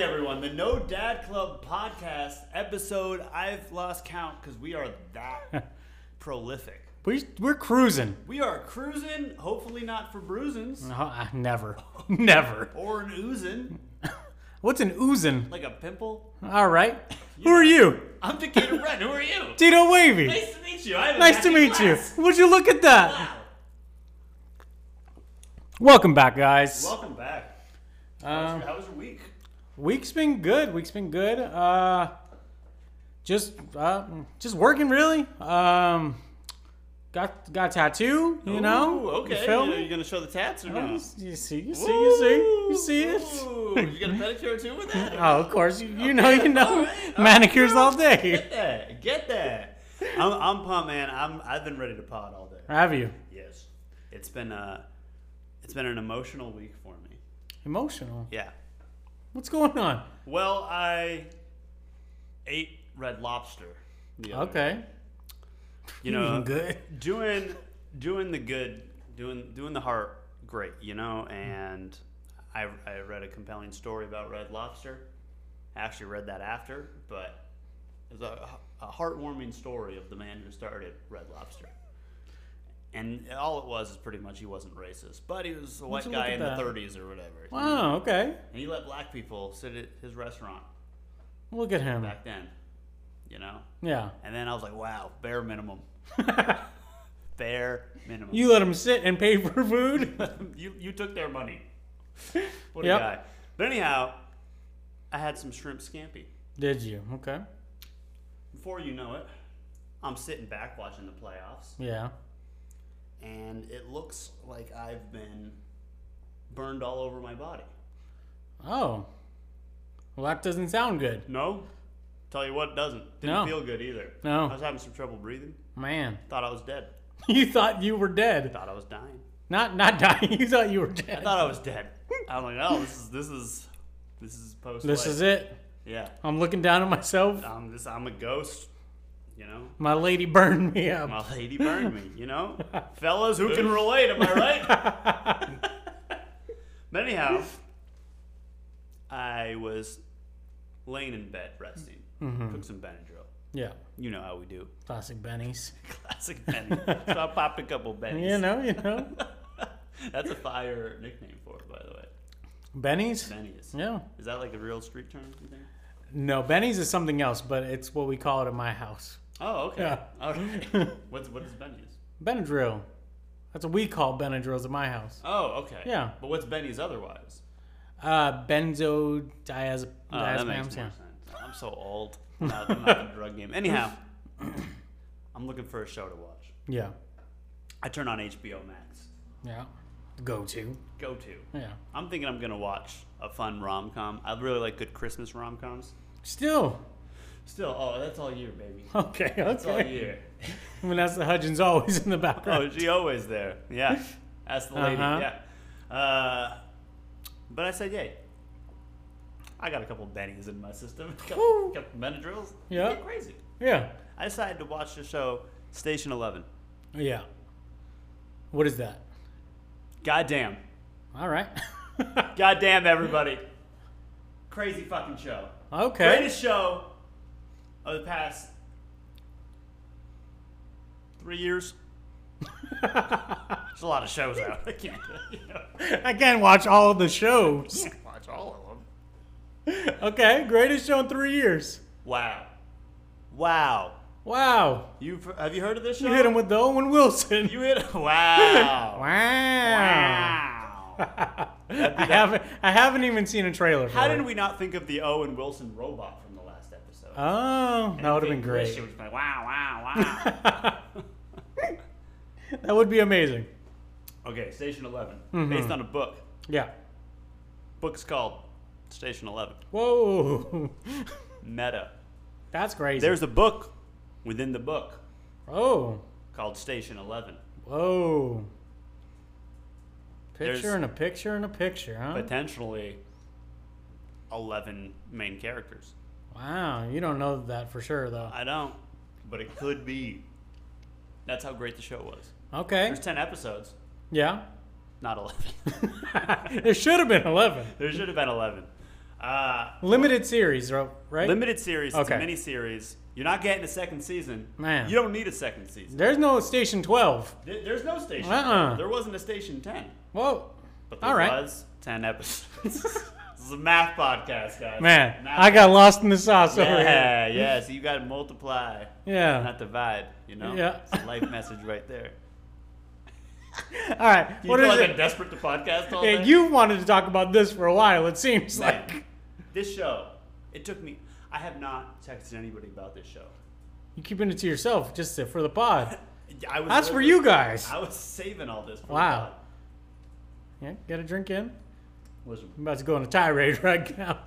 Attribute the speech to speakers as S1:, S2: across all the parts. S1: everyone. The No Dad Club podcast episode. I've lost count because we are that prolific.
S2: We, we're cruising.
S1: We are cruising, hopefully not for bruisins
S2: No, I- Ah, never. Never.
S1: or an oozing,
S2: What's an oozing?
S1: like a pimple.
S2: All right. Who are you?
S1: I'm Decatur Red. Who are you?
S2: Tito Wavy.
S1: Nice to meet you. I have a
S2: Nice to
S1: matching
S2: meet you.
S1: glass.
S2: Would you look at that?
S1: Wow.
S2: Welcome back, guys.
S1: Welcome back. How was
S2: Um,
S1: your- how was your week?
S2: week's been good. Week's been good. Uh, just uh, just working really. Um, got got a tattoo. You know.
S1: Ooh, okay.
S2: You feel
S1: Are you
S2: me?
S1: gonna show the tats or
S2: Oh,
S1: no?
S2: You see, you see, you see, you see it.
S1: Ooh, you got a pedicure too with that?
S2: Oh, of course. You, you know, you know.
S1: alright,
S2: Manicures all day.
S1: Get that. Get that. I'm, I'm pumped, man. I'm I've been ready to pod all day.
S2: Have you?
S1: Yes. It's been uh it's been an emotional week for me.
S2: Emotional.
S1: Yeah.
S2: What's going on?
S1: Well, I ate red lobster. the other day.
S2: Okay.
S1: You know,
S2: good.
S1: doing doing the good, doing doing the heart great, you know, and I I read a compelling story about red lobster. I actually read that after, but it's a, a heartwarming story of the man who started Red Lobster. And all it was is pretty much he wasn't racist, but he was a white
S2: you look
S1: guy
S2: at
S1: in
S2: that?
S1: the 30s or whatever.
S2: Wow. Okay.
S1: And he let black people sit at his restaurant
S2: Look at him.
S1: back then, you know?
S2: Yeah.
S1: And then I was like, wow, bare minimum. bare minimum.
S2: You let him sit and pay for food.
S1: you, you took their money. What
S2: Yep.
S1: a guy. But anyhow, I had some shrimp scampi.
S2: Did you? Okay.
S1: Before you know it, I'm sitting back watching the playoffs,
S2: Yeah.
S1: and it looks like I've been burned all over my body.
S2: Oh. Well, that doesn't sound good.
S1: No? Tell you what, it doesn't. Didn't
S2: No.
S1: feel good either.
S2: No.
S1: I was having some trouble breathing.
S2: Man,
S1: Thought I was dead.
S2: you thought you were dead.
S1: Thought I was dying.
S2: Not not dying. You thought you were
S1: I
S2: dead.
S1: thought I was dead. I'm like, oh, this is this is this is post.
S2: This is it.
S1: Yeah,
S2: I'm looking down at myself.
S1: I'm this. I'm a ghost. You know,
S2: My lady burned me up.
S1: my lady burned me. You know, fellas who can relate. Am I right? but anyhow, I was laying in bed resting.
S2: Mm-hmm.
S1: Took some Benadryl.
S2: Yeah.
S1: You know how we do.
S2: Classic bennies.
S1: Classic Benadryl. so I popped a couple Bennies.
S2: You know, you know.
S1: That's a fire nickname for it, by the way.
S2: Bennies?
S1: Bennies.
S2: Yeah.
S1: Is that like a real street term? You think?
S2: No, Bennies is something else, but it's what we call it at my house.
S1: Oh, okay.
S2: Yeah.
S1: All right. What's what is Benny's?
S2: Benadryl. That's what we call Benadryls at my house.
S1: Oh, okay.
S2: Yeah.
S1: But what's Benny's otherwise?
S2: Uh, benzodiazepines.
S1: Oh, that makes more sense. I'm so old. I'm not, I'm not in the drug game. Anyhow, I'm looking for a show to watch.
S2: yeah.
S1: I turn on HBO Max.
S2: Yeah. Go to.
S1: Go to.
S2: Yeah.
S1: I'm thinking I'm gonna watch a fun rom com. I really like good Christmas rom coms.
S2: Still.
S1: Still, oh, that's all year, baby.
S2: Okay.
S1: That's all
S2: Okay.
S1: year.
S2: Vanessa Hudgens always in the background.
S1: Oh, she always there. Yeah. That's the lady.
S2: Uh-huh.
S1: Yeah. Uh, but I said, yay. I got a couple bennies in my system. A couple,
S2: Woo.
S1: couple Benadryls.
S2: Yeah.
S1: Get crazy.
S2: Yeah.
S1: I decided to watch the show Station 11.
S2: Oh, Yeah. What is that?
S1: Goddamn.
S2: All right.
S1: Goddamn, everybody. Crazy fucking show.
S2: okay.
S1: Greatest show of the past three years. There's a lot of shows out. I can't, you know,
S2: I can't watch all the shows.
S1: can't watch all of them.
S2: Okay. Greatest show in three years.
S1: Wow. Wow.
S2: Wow.
S1: You've have you heard of this show?
S2: You hit him with the Owen Wilson.
S1: You hit Wow.
S2: wow.
S1: wow.
S2: I haven't. I haven't even seen a trailer. For
S1: How
S2: it.
S1: did we not think of the Owen Wilson robot from the last episode?
S2: Oh, that would have been great.
S1: She was like, wow, wow,
S2: That would be amazing.
S1: wow. okay, Station 11
S2: Mm-hmm.
S1: based on a book.
S2: Yeah.
S1: Book's called Station Eleven.
S2: Whoa.
S1: Meta.
S2: That's crazy.
S1: There's a book within the book
S2: oh.
S1: called Station Eleven.
S2: Whoa. Picture
S1: There's-
S2: and a picture and a picture, huh?
S1: Potentially, eleven main characters.
S2: wow, you don't know that for sure though.
S1: I don't, but it could be. That's how great the show was.
S2: Okay.
S1: There's 10 episodes,
S2: Yeah.
S1: not 11.
S2: There should have been eleven.
S1: there should have been 11. Uh,
S2: Limited series, ro- right?
S1: limited series,
S2: Okay.
S1: to mini series. You're not getting a second season.
S2: Man.
S1: You don't need a second season.
S2: There's no Station 12.
S1: There- There's no station.
S2: Uh-uh.
S1: There wasn't a station 10,
S2: Whoa.
S1: but there
S2: All right.
S1: was 10 episodes. this is a math podcast, guys.
S2: Man,
S1: Math
S2: I got lost in the sauce over here.
S1: Yeah, yeah. So you got to multiply,
S2: Yeah.
S1: not divide. You know.
S2: Yeah.
S1: It's a life message right there.
S2: All right.
S1: You
S2: What
S1: feel
S2: is
S1: like I'm
S2: it?
S1: desperate to podcast all
S2: Yeah,
S1: day?
S2: you wanted to talk about this for a while, it seems
S1: Man,
S2: like.
S1: this show. It took me. I have not texted anybody about this show.
S2: You keeping it to yourself just to- for the pod.
S1: I was
S2: That's for
S1: hoping-
S2: you guys.
S1: I was saving all this. For
S2: Wow.
S1: God.
S2: Yeah, get a drink in.
S1: Was
S2: I'm about to go on a tirade right now.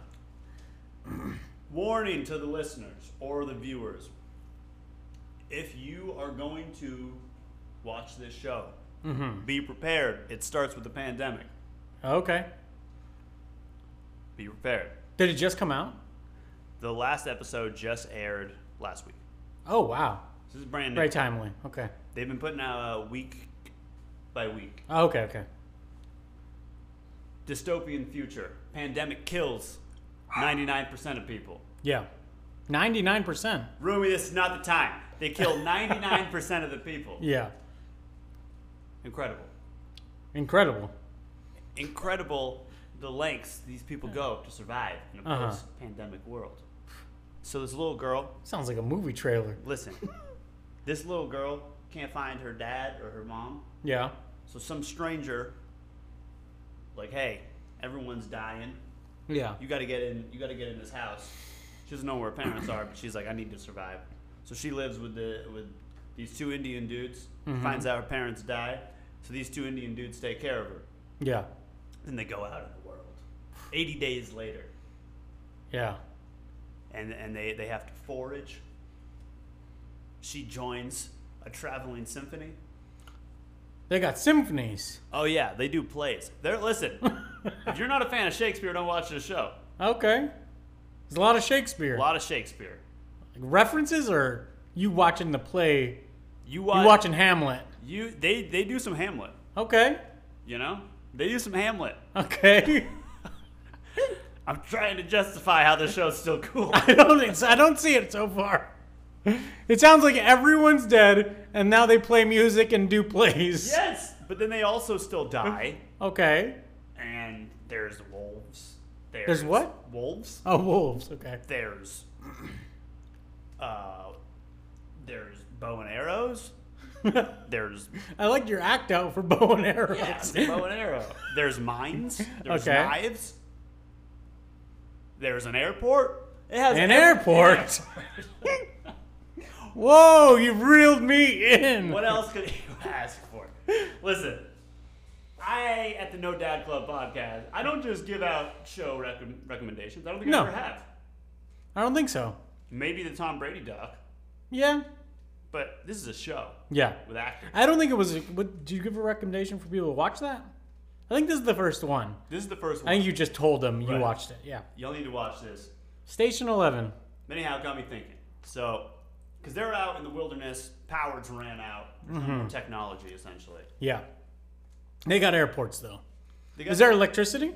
S1: warning to the listeners or the viewers. If you are going to watch this show,
S2: Mm-hmm.
S1: be prepared. It starts with the pandemic.
S2: Okay.
S1: Be prepared.
S2: Did it just come out?
S1: The last episode just aired last week.
S2: Oh, wow.
S1: This is brand new.
S2: Very timely. Okay.
S1: They've been putting out uh, week by week.
S2: Oh, okay, okay.
S1: Dystopian future. Pandemic kills 99% of people.
S2: Yeah. 99%.
S1: Rumi, this is not the time. They kill 99% of the people.
S2: Yeah.
S1: Incredible.
S2: Incredible.
S1: Incredible the lengths these people go to survive in a
S2: Uh-huh.
S1: post pandemic world. So, this little girl,
S2: Sounds like a movie trailer.
S1: listen, this little girl can't find her dad or her mom.
S2: Yeah.
S1: So, some stranger, like, hey, everyone's dying.
S2: Yeah.
S1: you got to get in you got to get in this house she doesn't know where her parents are but she's like i need to survive so she lives with the with these two indian dudes finds out her parents die so these two indian dudes take care of her
S2: Yeah.
S1: then they go out in the world 80 days later
S2: Yeah.
S1: and and they they have to forage she joins a traveling symphony
S2: They got symphonies.
S1: oh yeah they do plays they're listen if you're not a fan of shakespeare don't watch this show
S2: Okay. There's a lot of Shakespeare.
S1: a lot of shakespeare
S2: References or you watching the play?
S1: you
S2: You
S1: watch,
S2: watching Hamlet.
S1: you they they do some hamlet
S2: Okay.
S1: You know, they do some Hamlet.
S2: Okay.
S1: I'm trying to justify how this show's still cool.
S2: I don't it's, I don't see it so far. It sounds like everyone's dead and now they play music and do plays.
S1: yes, but then they also still die,
S2: Okay.
S1: and there's wolves. There's,
S2: what?
S1: Wolves.
S2: Oh, wolves. Okay.
S1: There's, uh, there's bow and arrows. There's
S2: I like your act out for bow and arrows.
S1: yeah, there's bow and arrow. There's mines. There's
S2: Okay.
S1: knives. There's an airport. It has
S2: An
S1: every-
S2: airport? Whoa, you reeled me in.
S1: What else could you ask for? Listen, I at the No Dad Club podcast, I don't just give out show recom recommendations. I don't think
S2: No.
S1: I ever have.
S2: I don't think so.
S1: Maybe the Tom Brady doc,
S2: Yeah.
S1: but this is a show
S2: Yeah.
S1: with actors.
S2: I don't think it was. What, did you give a recommendation for people to watch that? I think this is the first one.
S1: This is the first
S2: I
S1: one.
S2: think you just told them you
S1: Right.
S2: watched it. Yeah.
S1: Y'all need to watch this.
S2: Station 11.
S1: Anyhow, it got me thinking. So, because they're out in the wilderness, power's ran out, There's no
S2: Mm-hmm.
S1: more technology essentially.
S2: Yeah. They got airports, though.
S1: They got
S2: Is there electricity?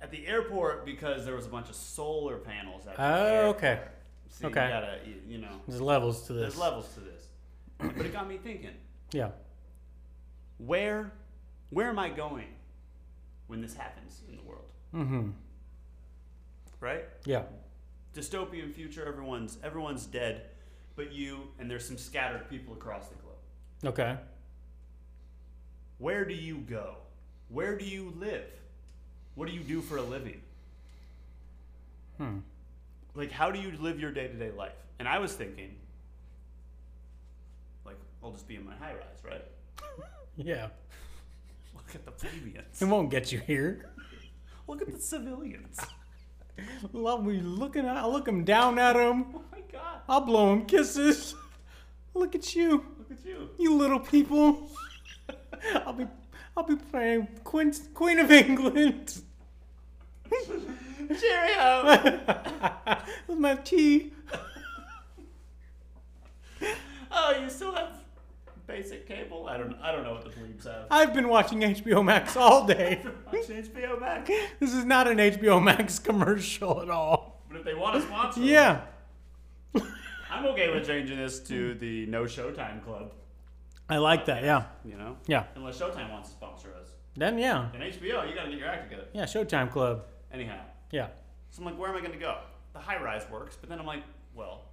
S1: at the airport because there was a bunch of solar panels. At the
S2: Oh,
S1: airport.
S2: okay.
S1: See,
S2: okay.
S1: You gotta, you- you know.
S2: There's levels to this.
S1: There's levels to this. But it got me thinking,
S2: Yeah.
S1: where where am I going when this happens in the world?
S2: Mm hmm.
S1: Right?
S2: Yeah.
S1: Dystopian future, everyone's everyone's dead, but you and there's some scattered people across the globe.
S2: Okay.
S1: Where do you go? Where do you live? What do you do for a living?
S2: Hmm.
S1: Like how do you live your day-to-day life? And I was thinking like I'll just be in my high rise, right?
S2: Yeah.
S1: Look at the plebeians.
S2: It won't get you here.
S1: Look at the civilians.
S2: Love me looking at. I'll look him down at him.
S1: Oh my god.
S2: I'll blow him kisses. Look at you,
S1: Look at you.
S2: you little people. I'll be, I'll be playing Queen, Queen of England
S1: Cheerio.
S2: with my tea.
S1: Oh, you still have basic cable. I don't. I don't know what the plebes have.
S2: I've been watching HBO Max all day.
S1: Watch HBO Max.
S2: this is not an HBO Max commercial at all.
S1: But if they want to sponsor, us,
S2: Yeah.
S1: I'm okay with changing this to the No Showtime Club.
S2: I like that. Yeah.
S1: You know,
S2: Yeah.
S1: unless Showtime wants to sponsor us.
S2: Then, yeah.
S1: And HBO, you got to get your act together.
S2: Yeah. Showtime Club.
S1: Anyhow,
S2: Yeah.
S1: so I'm like, where am I going to go? The high rise works, but then I'm like, well,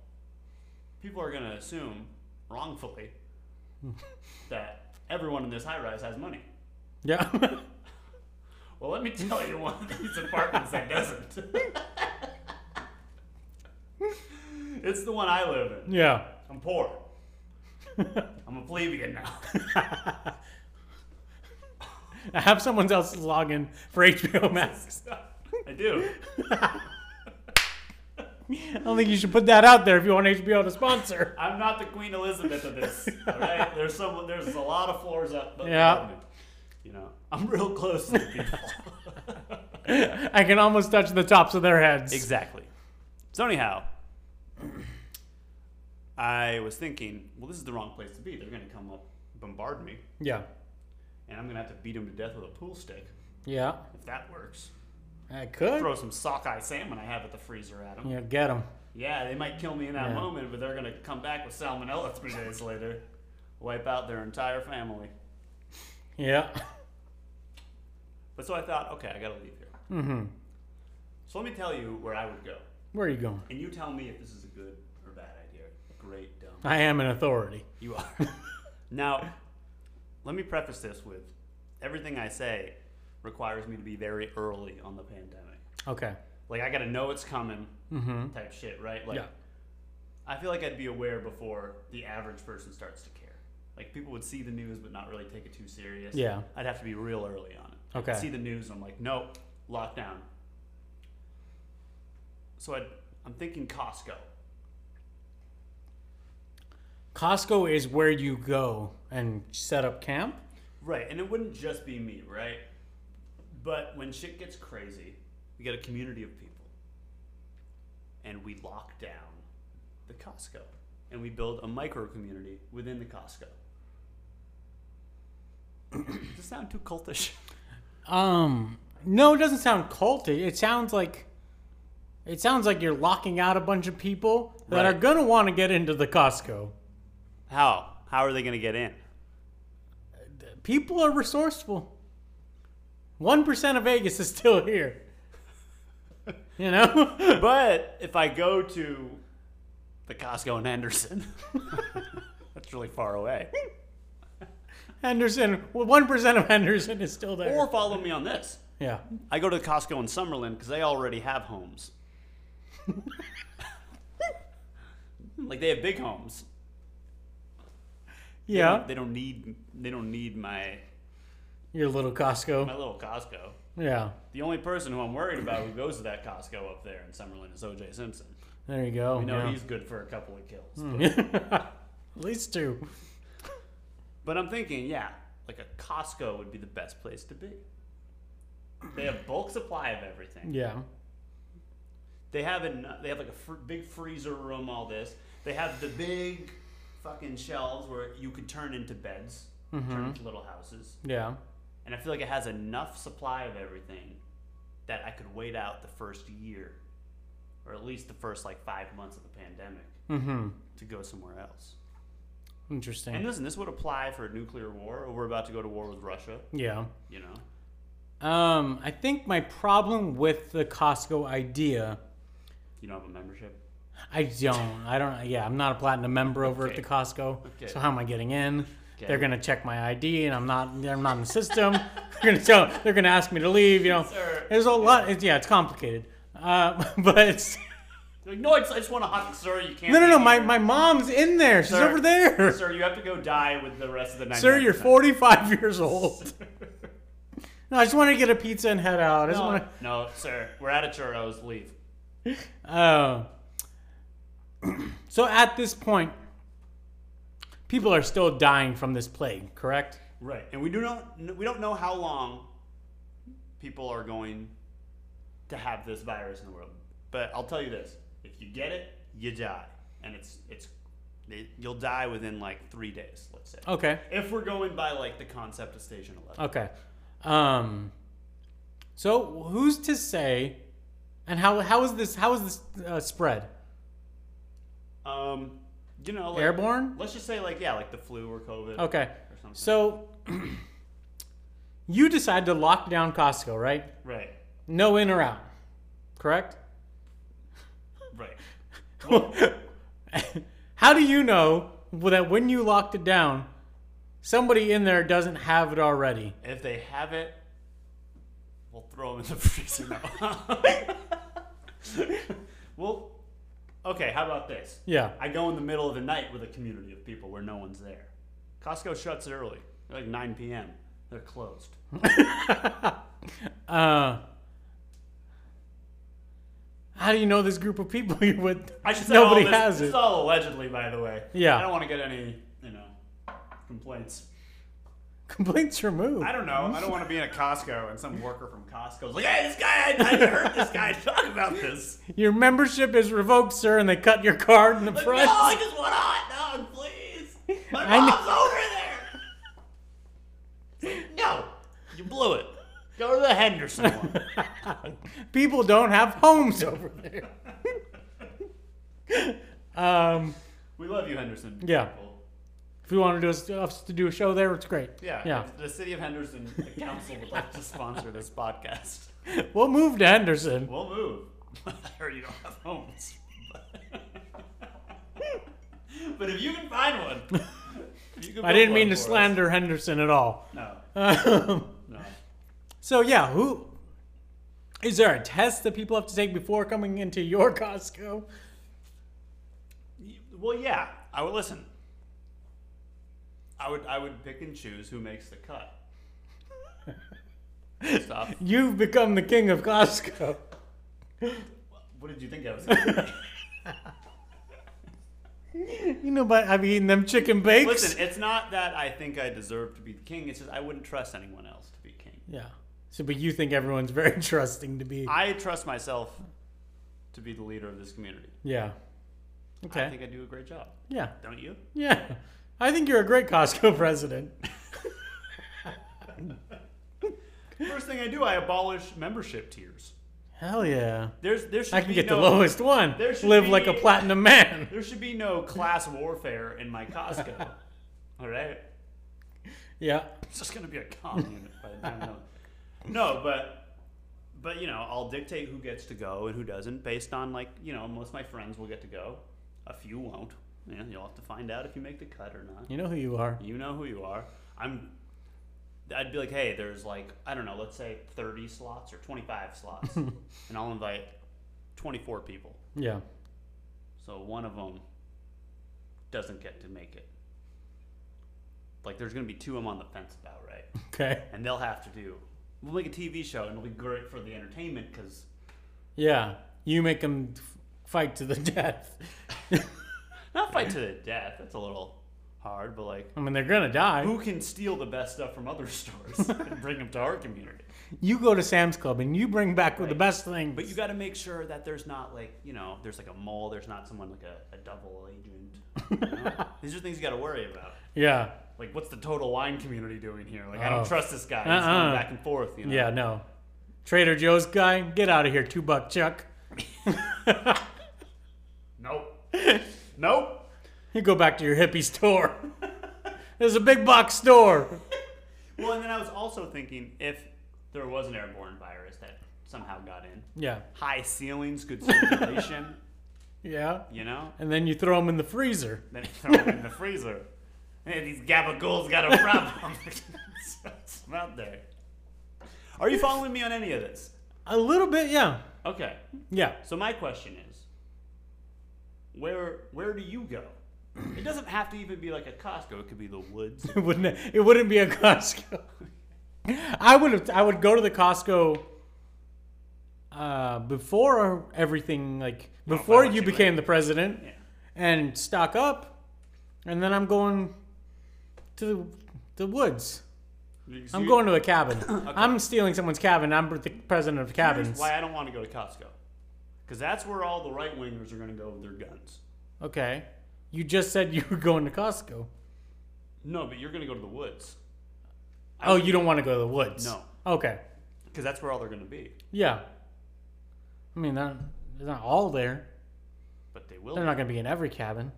S1: people are going to assume wrongfully that everyone in this high rise has money.
S2: Yeah.
S1: Well, let me tell you one of these apartments that doesn't. it's the one I live in.
S2: yeah.
S1: I'm poor. I'm a plebeian now.
S2: I have someone else's login for HBO Max.
S1: I do.
S2: I don't think you should put that out there if you want HBO to sponsor.
S1: I'm not the Queen Elizabeth of this. All right, there's some. There's a lot of floors up. But
S2: Yeah.
S1: above me. You know, I'm real close to the people.
S2: I can almost touch the tops of their heads.
S1: exactly. So anyhow, I was thinking, well, this is the wrong place to be. They're gonna come up, bombard me,
S2: Yeah.
S1: and I'm gonna have to beat them to death with a pool stick
S2: Yeah.
S1: if that works.
S2: I could.
S1: Throw some sockeye salmon I have at the freezer at them. Yeah,
S2: Yeah, get them.
S1: they might kill me in that
S2: Yeah.
S1: moment, but they're gonna come back with salmonella three days later, wipe out their entire family.
S2: Yeah.
S1: But so I thought, okay, I gotta leave here.
S2: Mm-hmm.
S1: So let me tell you where I would go,
S2: Where are you going?
S1: and you tell me if this is a good or bad idea. Great, dumb.
S2: I am an authority.
S1: You are. now, let me preface this with everything I say requires me to be very early on the pandemic.
S2: Okay.
S1: Like I gotta know it's coming,
S2: Mm-hmm.
S1: type shit, right? Like
S2: Yeah.
S1: I feel like I'd be aware before the average person starts to care. Like people would see the news but not really take it too serious.
S2: Yeah.
S1: I'd have to be real early on it.
S2: Okay.
S1: See the news, I'm like, nope, lockdown. So I'd, I'm thinking Costco.
S2: Costco is where you go and set up camp.
S1: Right, and it wouldn't just be me, right? But when shit gets crazy, we get a community of people. And we lock down the Costco. And we build a micro community within the Costco. Does this sound too cultish?
S2: Um, no, it doesn't sound culty. It sounds like it sounds like you're locking out a bunch of people that
S1: Right.
S2: are gonna want to get into the Costco.
S1: How? How are they going to get in?
S2: People are resourceful. One percent of Vegas is still here. You know,
S1: But if I go to the Costco in Anderson, that's really far away.
S2: Henderson. One percent of Henderson is still there.
S1: Or follow me on this.
S2: yeah,
S1: I go to Costco in Summerlin because they already have homes. like they have big homes. They
S2: yeah.
S1: don't- They don't, need they don't need my
S2: Your little
S1: my
S2: Costco.
S1: little Costco.
S2: Yeah,
S1: The only person who I'm worried about who goes to that Costco up there in Summerlin is OJ Simpson.
S2: there you go.
S1: You know
S2: yeah. Hmm.
S1: he's good for a couple of kills.
S2: At least two.
S1: But I'm thinking, yeah, like a Costco would be the best place to be. They have bulk supply of everything.
S2: Yeah.
S1: They have an, they have like a fr- big freezer room. All this. They have the big fucking shelves where you could turn into beds,
S2: Mm-hmm.
S1: turn into little houses.
S2: Yeah.
S1: And I feel like it has enough supply of everything that I could wait out the first year, or at least the first like five months of the pandemic,
S2: Mm-hmm.
S1: to go somewhere else.
S2: Interesting.
S1: And listen, this would apply for a nuclear war, or we're about to go to war with Russia.
S2: yeah.
S1: You know.
S2: Um, I think my problem with the Costco idea,
S1: You don't have a membership.
S2: I don't, I don't, yeah, I'm not a platinum member over
S1: Okay.
S2: at the Costco,
S1: Okay.
S2: so how am I getting in?
S1: Okay.
S2: They're gonna check my ID, and I'm not, I'm not in the system. they're gonna tell, they're gonna ask me to leave. You know,
S1: Sir.
S2: there's a lot. It's, yeah, it's complicated. Uh, but it's,
S1: They're like, no, I just, I just want a hot sir. You can't.
S2: no, no,
S1: be
S2: no. My,
S1: here."
S2: my mom's in there. She's
S1: Sir.
S2: over there.
S1: Sir, you have to go die with the rest of the night.
S2: Sir, you're 45 years old. No, I just want to get a pizza and head out. I just
S1: No,
S2: want
S1: no, sir, we're out of churros. Leave.
S2: to. Uh, so at this point, people are still dying from this plague, correct?
S1: Right, and we do not. We don't know how long people are going to have this virus in the world. But I'll tell you this: if you get it, you die, and it's it's They, you'll die within like three days, let's say.
S2: Okay.
S1: If we're going by like the concept of Station Eleven,
S2: Okay. Um. So who's to say? And how how is this how is this uh, spread?
S1: um, you know, like,
S2: Airborne.
S1: Let's just say like yeah, like the flu or COVID.
S2: Okay.
S1: Or something.
S2: So you decide to lock down Costco, right?
S1: right,
S2: No in or out, correct?
S1: right.
S2: How do you know that when you locked it down, somebody in there doesn't have it already?
S1: If they have it, we'll throw them in the freezer. No. well, okay. How about this?
S2: Yeah.
S1: I go in the middle of the night with a community of people where no one's there. Costco shuts early, like 9 p.m. They're closed.
S2: Uh, how do you know this group of people you would?
S1: I should say
S2: Nobody
S1: all this,
S2: has
S1: this is
S2: it.
S1: all allegedly, by the way.
S2: Yeah.
S1: I don't want to get any, you know, complaints.
S2: Complaints removed.
S1: I don't know. I don't want to be in a Costco and some worker from Costco's like, "Hey, this guy! I, I heard this guy talk about this.
S2: Your membership is revoked, sir, and they cut your card in the
S1: Like, no,
S2: front.
S1: I just want a hot dog, please. My
S2: I kn-
S1: mom's over there." It's like, no, you blew it. Go to the Henderson one.
S2: People don't have homes over there. um,
S1: We love you, Henderson.
S2: Yeah.
S1: people.
S2: if you want to do us- us to do a show there, it's great.
S1: Yeah,
S2: yeah.
S1: if The city of Henderson the council would like to sponsor this podcast.
S2: We'll move to Henderson.
S1: We'll move. I heard you don't have homes. but if you can find one, if you can
S2: I
S1: build
S2: didn't
S1: one
S2: mean to
S1: for us-
S2: slander Henderson at all.
S1: No,
S2: Um,
S1: no.
S2: so yeah, who is there a test that people have to take before coming into your Costco?
S1: Y- Well, yeah. I would listen. I would I would pick and choose who makes the cut. Stop.
S2: You've become the king of Costco.
S1: What did you think I was? Gonna do?
S2: You know, but I've eaten them chicken bakes.
S1: Listen, it's not that I think I deserve to be the king. It's just I wouldn't trust anyone else to be king.
S2: Yeah. So, but you think everyone's very trusting to be?
S1: I trust myself to be the leader of this community.
S2: yeah.
S1: I
S2: Okay.
S1: think I do a great job.
S2: Yeah.
S1: Don't you?
S2: Yeah. I think you're a great Costco president.
S1: First thing I do, I abolish membership tiers.
S2: Hell yeah.
S1: There's there should
S2: I can
S1: be
S2: get
S1: no,
S2: the lowest one.
S1: there should
S2: Live like a
S1: be-
S2: platinum man.
S1: There should be no class warfare in my Costco. All right,
S2: Yeah.
S1: it's just gonna be a commune by the time. I'm- No, but but you know, I'll dictate who gets to go and who doesn't based on like you know, most of my friends will get to go. A few won't. Yeah, you'll have to find out if you make the cut or not.
S2: You know who you are.
S1: You know who you are. I'm. I'd be like, hey, there's like I don't know, let's say 30 slots or 25 slots, and I'll invite 24 people.
S2: Yeah.
S1: So one of them doesn't get to make it. Like there's gonna be two I'm on the fence about, right?
S2: Okay.
S1: And they'll have to do. We'll make a TV show, and it'll be great for the entertainment because
S2: Yeah. You make them fight to the death.
S1: not fight to the death. That's a little hard, but like.
S2: I mean, they're gonna die.
S1: Who can steal the best stuff from other stores and bring them to our community?
S2: You go to Sam's Club and you bring back the
S1: Right.
S2: best thing.
S1: But you got to make sure that there's not like you know there's like a mole, there's not someone like a, a double agent. you know? These are things you got to worry about.
S2: yeah.
S1: Like, what's the total wine community doing here? Like, I don't
S2: Oh.
S1: trust this guy. He's
S2: Uh-uh.
S1: going back and forth. You know?
S2: Yeah. No. Trader Joe's guy, get out of here, two buck Chuck.
S1: Nope. nope.
S2: You go back to your hippie store. There's a big box store.
S1: Well, and then I was also thinking if there was an airborne virus that somehow got in,
S2: Yeah.
S1: high ceilings, good circulation.
S2: Yeah.
S1: you know,
S2: And then you throw them in the freezer.
S1: then you throw them in the freezer. Hey, these gabagools got a problem. it's out there. Are you following me on any of this?
S2: A little bit, yeah.
S1: Okay.
S2: Yeah.
S1: So my question is, where where do you go? It doesn't have to even be like a Costco. It could be the woods.
S2: It wouldn't it wouldn't be a Costco. I would have I would go to the Costco uh, before everything like
S1: if I
S2: before
S1: let
S2: you
S1: you
S2: became
S1: in.
S2: the president
S1: Yeah.
S2: and stock up and then I'm going to the, the woods. I'm going to a cabin. I'm stealing someone's cabin. I'm the president of cabins.
S1: Why I don't want to go to Costco? Because that's where all the right wingers are going to go with their guns.
S2: Okay. You just said you were going to Costco.
S1: No, but you're gonna go to the woods. I
S2: Oh,
S1: would-
S2: you don't want to go to the woods.
S1: No.
S2: Okay.
S1: because that's where all they're gonna be.
S2: Yeah. I mean, not, they're not all there.
S1: But they will.
S2: They're not going to be in every cabin.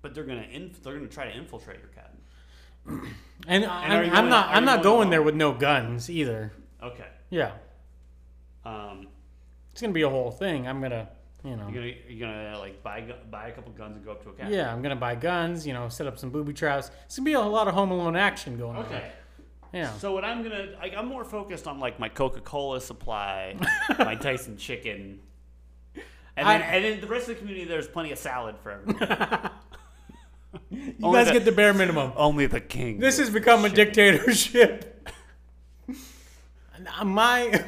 S1: But they're gonna inf- they're gonna try to infiltrate your cabin.
S2: And,
S1: are you
S2: I'm,
S1: going-
S2: I'm not.
S1: are
S2: I'm
S1: you
S2: not
S1: going
S2: going there
S1: alone?
S2: with no guns either.
S1: Okay.
S2: Yeah.
S1: Um,
S2: It's gonna be a whole thing. I'm gonna, you know.
S1: you're gonna you're gonna like buy gu- buy a couple guns and go up to a cabin.
S2: Yeah, I'm gonna buy guns. You know, set up some booby traps. It's gonna be a lot of Home Alone action going on.
S1: Okay.
S2: Yeah.
S1: So what I'm gonna like, I'm more focused on like my Coca-Cola supply, my Tyson chicken, and then
S2: I-
S1: and then the rest of the community there's plenty of salad for everyone.
S2: You
S1: Only
S2: guys
S1: the- Oh,
S2: get the bare minimum.
S1: Only the king.
S2: This has become a dictatorship. My,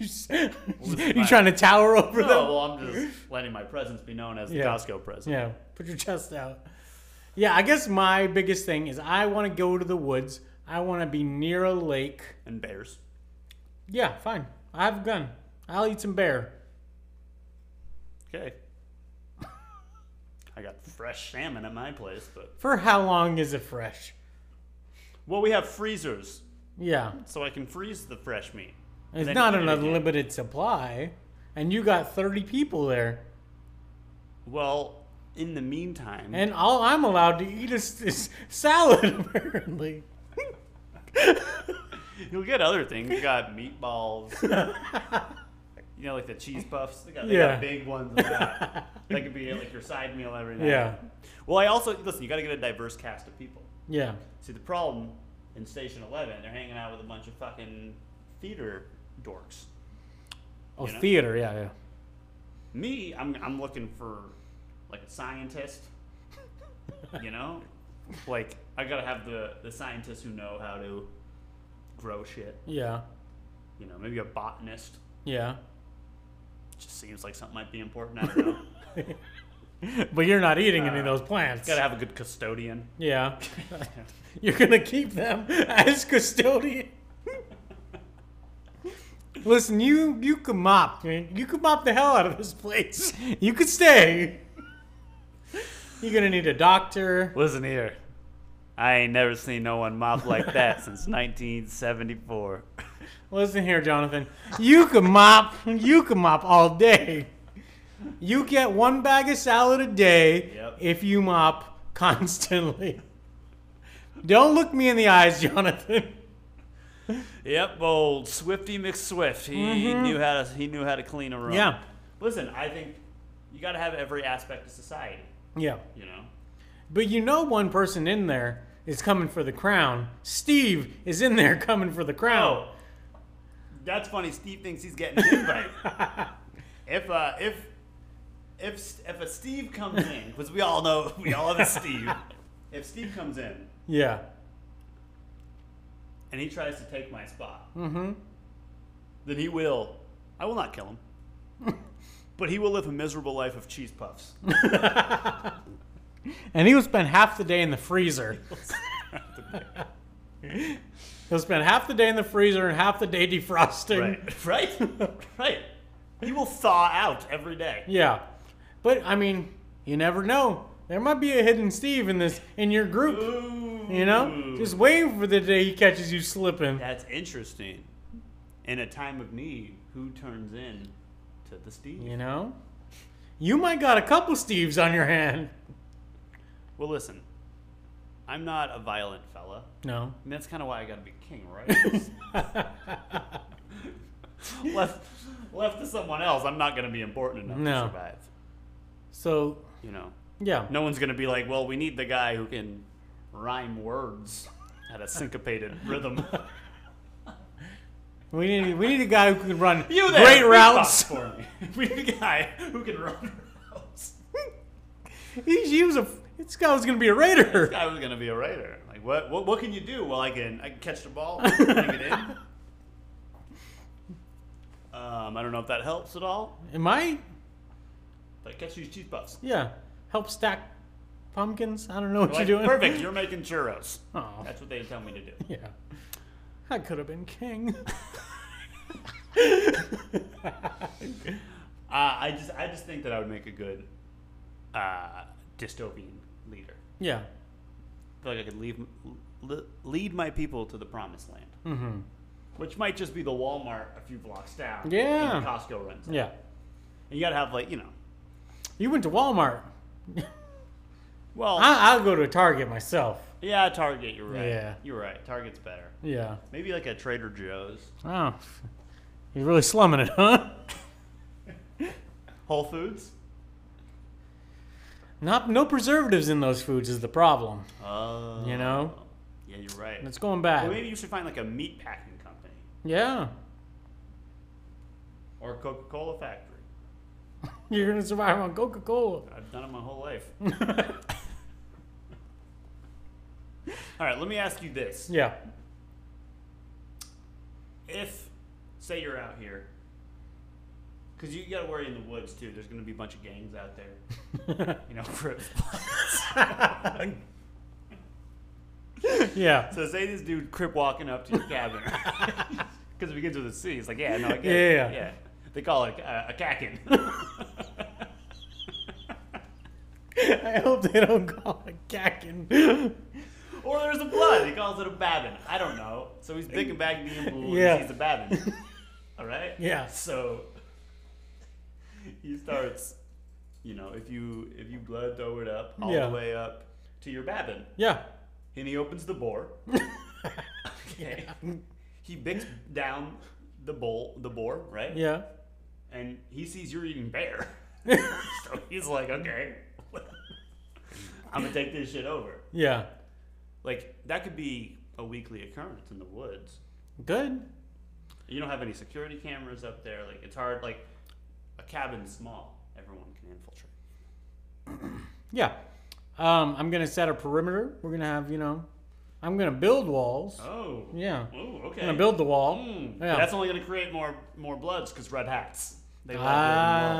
S2: you trying to tower over
S1: No,
S2: them?
S1: Oh, well, I'm just letting my presence be known as the
S2: Yeah.
S1: Costco presence.
S2: Yeah, put your chest out. Yeah, I guess my biggest thing is I want to go to the woods. I want to be near a lake.
S1: And bears.
S2: Yeah, fine. I have a gun. I'll eat some bear.
S1: Okay. I got fresh salmon at my place, but
S2: For how long is it fresh?
S1: well, we have freezers,
S2: Yeah,
S1: so I can freeze the fresh meat.
S2: it's
S1: Then
S2: not
S1: eat
S2: an
S1: it again.
S2: unlimited supply, and you got thirty people there,
S1: Well, in the meantime,
S2: and all I'm allowed to eat is, is salad apparently.
S1: you'll get other things. You got meatballs. you know, like the cheese puffs. They got, they
S2: Yeah.
S1: got big ones. Like that. that could be like your side meal every night.
S2: Yeah,
S1: Well, I also listen. You got to get a diverse cast of people.
S2: yeah.
S1: See, the problem in Station Eleven, they're hanging out with a bunch of fucking theater dorks.
S2: Oh,
S1: You know?
S2: theater. Yeah, yeah.
S1: Me, I'm I'm looking for like a scientist. you know, like I gotta have the the scientists who know how to grow shit.
S2: Yeah,
S1: You know, maybe a botanist.
S2: yeah.
S1: Just seems like something might be important. I don't know.
S2: But you're not eating any of
S1: Uh,
S2: those plants.
S1: gotta have a good custodian.
S2: Yeah. You're going to keep them as custodian. Listen, you you could mop, man. You could mop the hell out of this place. You could stay. You're going to need a doctor.
S1: Listen here. I ain't never seen no one mop like that since 1974.
S2: Listen here, Jonathan. You could mop. You could mop all day. You get one bag of salad a day
S1: Yep.
S2: if you mop constantly. Don't look me in the eyes, Jonathan.
S1: Yep, old Swifty McSwift. He knew how to he knew how to clean a room.
S2: Yeah.
S1: Listen, I think you got to have every aspect of society.
S2: Yeah.
S1: You know.
S2: But you know, one person in there is coming for the crown. Steve is in there coming for the
S1: Oh.
S2: crown.
S1: That's funny. Steve thinks he's getting an invite. if uh, if if S- if a Steve comes in, because we all know we all have a Steve. if Steve comes in
S2: Yeah.
S1: and he tries to take my spot,
S2: Mm-hmm.
S1: then he will. I will not kill him. But he will live a miserable life of cheese puffs.
S2: And he will spend half the day in the freezer. He'll spend half the day in the freezer and half the day defrosting.
S1: right. Right? Right. He will thaw out every day.
S2: Yeah. But I mean, you never know. There might be a hidden Steve in this in your group.
S1: Ooh.
S2: You know? Just wait for the day he catches you slipping.
S1: That's interesting. In a time of need, who turns in to the Steve?
S2: You know? You might got a couple Steves on your hand.
S1: Well, listen, I'm not a violent fella.
S2: No.
S1: And that's kind of why I gotta be king, right? left, left to someone else, I'm not gonna be important enough
S2: No.
S1: to survive.
S2: So
S1: You know,
S2: yeah,
S1: no one's gonna be like, well, we need the guy who can rhyme words at a syncopated rhythm.
S2: we need we need a guy who can run
S1: You there,
S2: great
S1: who
S2: routes.
S1: thought for me. we need a guy who can run routes.
S2: He, he was a this guy was gonna be a raider.
S1: This guy was gonna be a raider. Like, what? What, what can you do? Well, I can. I can catch the ball, bring it in. Um, I don't know if that helps at all.
S2: Am I?
S1: But catch these cheese puffs.
S2: Yeah, help stack pumpkins. I don't know what
S1: Like,
S2: you're doing.
S1: Perfect. You're making churros.
S2: Oh
S1: That's what they tell me to do.
S2: yeah, I could have been king.
S1: Uh, I just, I just think that I would make a good uh, dystopian leader.
S2: Yeah.
S1: I feel like I could leave, l- lead my people to the promised land,
S2: Mm-hmm.
S1: which might just be the Walmart a few blocks down.
S2: Yeah.
S1: And Costco runs. it.
S2: Yeah.
S1: And you gotta have like you know.
S2: You went to Walmart.
S1: Well,
S2: I, I'll go to Target myself.
S1: yeah, Target. You're right.
S2: Yeah.
S1: You're right. Target's better.
S2: Yeah.
S1: Maybe like a Trader Joe's,
S2: Oh, you're really slumming it, huh?
S1: Whole Foods.
S2: Not no preservatives in those foods is the problem.
S1: Oh.
S2: You know?
S1: Yeah, you're right.
S2: And it's going
S1: Well,
S2: bad.
S1: maybe you should find like a meat packing company
S2: Yeah,
S1: or a Coca-Cola factory.
S2: you're gonna survive on Coca-Cola.
S1: I've done it my whole life. All right, let me ask you this.
S2: yeah.
S1: If, say, you're out here, because you got to worry in the woods too, there's going to be a bunch of gangs out there, you know, for
S2: yeah.
S1: So, say this dude crip walking up to your cabin, because it begins with a C. It's like, yeah, no, I get it.
S2: Yeah.
S1: yeah. They call it uh, a cackin.
S2: I hope they don't call it cacking.
S1: or there's a blood. He calls it a babbin. I don't know. So he's big and baggy and blue,
S2: Yeah.
S1: and he's a babbin. All right.
S2: Yeah.
S1: So he starts, you know, if you if you blood throw it up all
S2: Yeah.
S1: the way up to your babin,
S2: Yeah.
S1: and he opens the bore. okay. He bicks down the bowl, the bore, right?
S2: Yeah.
S1: And he sees you're eating bear, so he's like, okay, I'm gonna take this shit over.
S2: Yeah.
S1: Like that could be a weekly occurrence in the woods.
S2: Good.
S1: You don't have any security cameras up there. Like it's hard. Like a cabin's small. Everyone can infiltrate.
S2: Yeah. Um, I'm gonna set a perimeter. We're gonna have you know, I'm gonna build walls.
S1: Oh.
S2: Yeah.
S1: Oh, okay.
S2: I'm gonna build the wall.
S1: Mm.
S2: Yeah.
S1: That's only gonna create more more bloods because red hats. They love building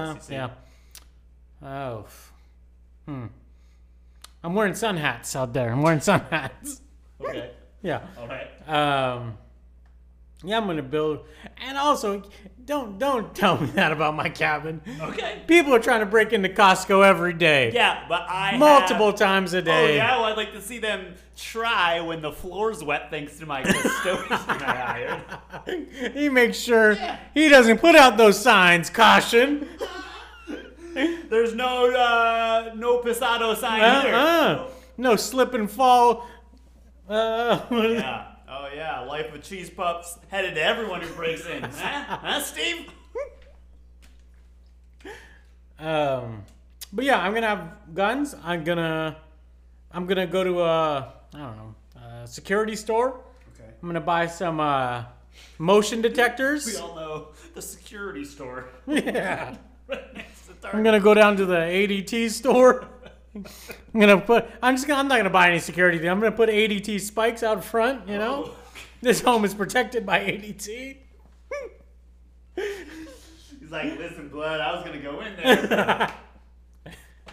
S2: Ah,
S1: walls. you see.
S2: yeah. Oh. f- Hmm. I'm wearing sun hats out there. I'm wearing sun hats.
S1: Okay.
S2: Yeah.
S1: All right.
S2: Um. Yeah, I'm gonna build. And also, don't don't tell me that about my cabin.
S1: Okay.
S2: People are trying to break into Costco every day.
S1: Yeah, but I
S2: Multiple
S1: have-
S2: times a
S1: Oh
S2: day.
S1: yeah, well, I'd like to see them try when the floor's wet thanks to my custodian I hired.
S2: he makes sure he doesn't put out those signs. Caution.
S1: There's no uh, no pisado sign here.
S2: Uh-uh. No slip and fall. Uh,
S1: Yeah. Oh yeah. Life with cheese pups headed to everyone who breaks in. huh? Huh, Steve?
S2: Um, but yeah, I'm gonna have guns. I'm gonna, I'm gonna go to a, I don't know, a security store.
S1: Okay.
S2: I'm gonna buy some uh, motion
S1: We
S2: detectors.
S1: all know the security store
S2: Yeah.
S1: right next to
S2: I'm
S1: Target.
S2: gonna go down to the ADT store. I'm gonna put. I'm just. Gonna, I'm not gonna buy any security. thing. I'm gonna put ADT spikes out front. You know,
S1: Oh.
S2: this home is protected by ADT.
S1: He's like, listen, blood. I was gonna go in there.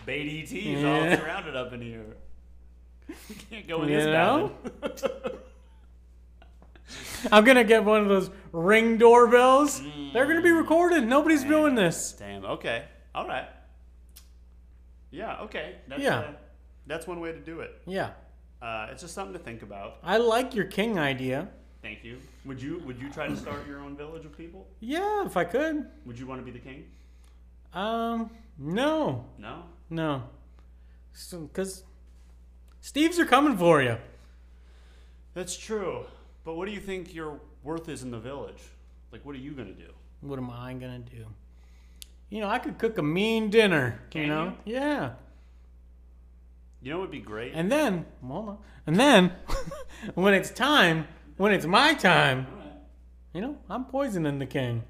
S1: Bait ET's all
S2: Yeah.
S1: surrounded up in here. You can't go in this
S2: You
S1: bathroom.
S2: know? I'm gonna get one of those ring doorbells. They're gonna be recorded. Nobody's doing this.
S1: Damn. Okay. All right. Yeah. Okay. That's,
S2: Yeah.
S1: uh, that's one way to do it.
S2: Yeah.
S1: Uh, it's just something to think about.
S2: I like your king idea.
S1: Thank you. Would you Would you try to start your own village of people?
S2: Yeah, if I could.
S1: Would you want to be the king?
S2: Um, no,
S1: No.
S2: no, because Steves are coming for you.
S1: That's true. But what do you think your worth is in the village? Like, what are you gonna do?
S2: What am I gonna do? You know, I could cook a mean dinner.
S1: Can
S2: you know, yeah.
S1: You know, what would be great.
S2: And then, hold on. And then, when it's time, when it's my time, you know, I'm poisoning the king.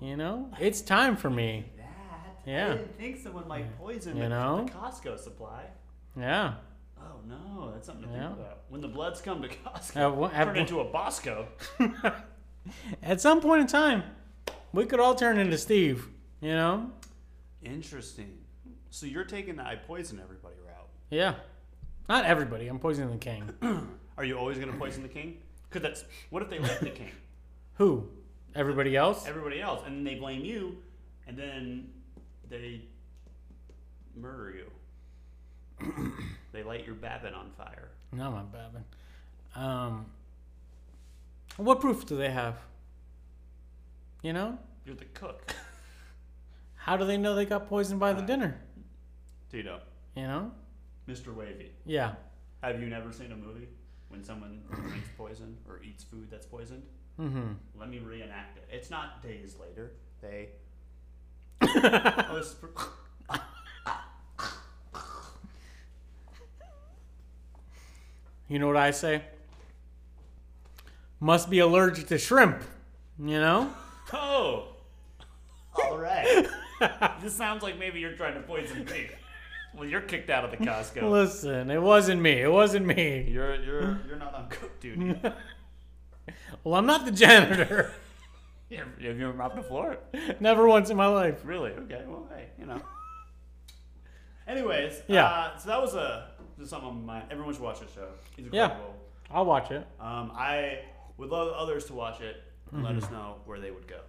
S2: You know, it's time for me.
S1: That.
S2: Yeah.
S1: didn't think someone might poison
S2: You know?
S1: Costco supply.
S2: Yeah.
S1: Oh no, that's something to
S2: Yeah. Uh,
S1: think about. When the Bloods come to Costco,
S2: At one- at
S1: turn
S2: one-
S1: into a Bosco.
S2: At some point in time, we could all turn into Steve. You know.
S1: Interesting. So you're taking the I poison everybody route.
S2: Yeah. Not everybody. I'm poisoning the king.
S1: Are you always gonna poison the king? Because that's what if they like the king?
S2: Who? Everybody else?
S1: everybody else, and then they blame you, and then they murder you. they light your Babbitt on fire.
S2: No, I'm babbing. Um, what proof do they have? You know,
S1: You're the cook.
S2: how do they know they got poisoned by the dinner?
S1: Tito,
S2: You know,
S1: Mr. Wavy,
S2: yeah.
S1: have you never seen a movie when someone drinks poison or eats food that's poisoned?
S2: Mm-hmm.
S1: Let me reenact it. It's not days later. They. Oh,
S2: You know what I say? Must be allergic to shrimp. You know?
S1: oh! All right. this sounds like maybe you're trying to poison me. Well, you're kicked out of the Costco.
S2: Listen, it wasn't me. It wasn't me.
S1: You're you're you're not on cook duty.
S2: Well, I'm not the janitor.
S1: Yeah, Have you ever mopped the floor?
S2: Never once in my life.
S1: Really? Okay. Well, hey, you know. Anyways,
S2: Yeah.
S1: Uh, so that was a just something on my mind. Everyone should watch this show. It's
S2: Yeah.
S1: incredible.
S2: I'll watch it.
S1: Um, I would love others to watch it and let
S2: Mm-hmm.
S1: us know where they would go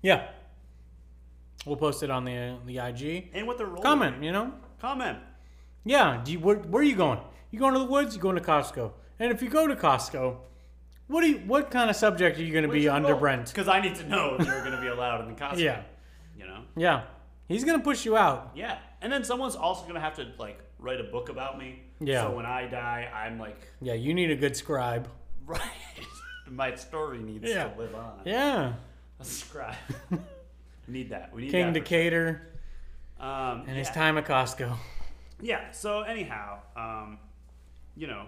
S2: Yeah. We'll post it on the the IG.
S1: and what their role. would
S2: Comment,
S1: be.
S2: you know?
S1: Comment.
S2: Yeah. Do you, where, where are you going? You going to the woods? You going to Costco? And if you go to Costco, what do you, what kind of subject are you going to be under Brent?
S1: Because I need to know if they're going to be allowed in the costume.
S2: Yeah.
S1: You know.
S2: Yeah. He's going to push you out.
S1: Yeah. And then someone's also going to have to like write a book about me.
S2: Yeah.
S1: So when I die, I'm like,
S2: Yeah, you need a good scribe.
S1: right. My story needs
S2: Yeah.
S1: to live on.
S2: Yeah.
S1: A scribe. We need that. We need
S2: King
S1: that
S2: to
S1: for-
S2: Decatur
S1: Um,
S2: and
S1: yeah.
S2: his time at Costco.
S1: Yeah. So anyhow, um, you know,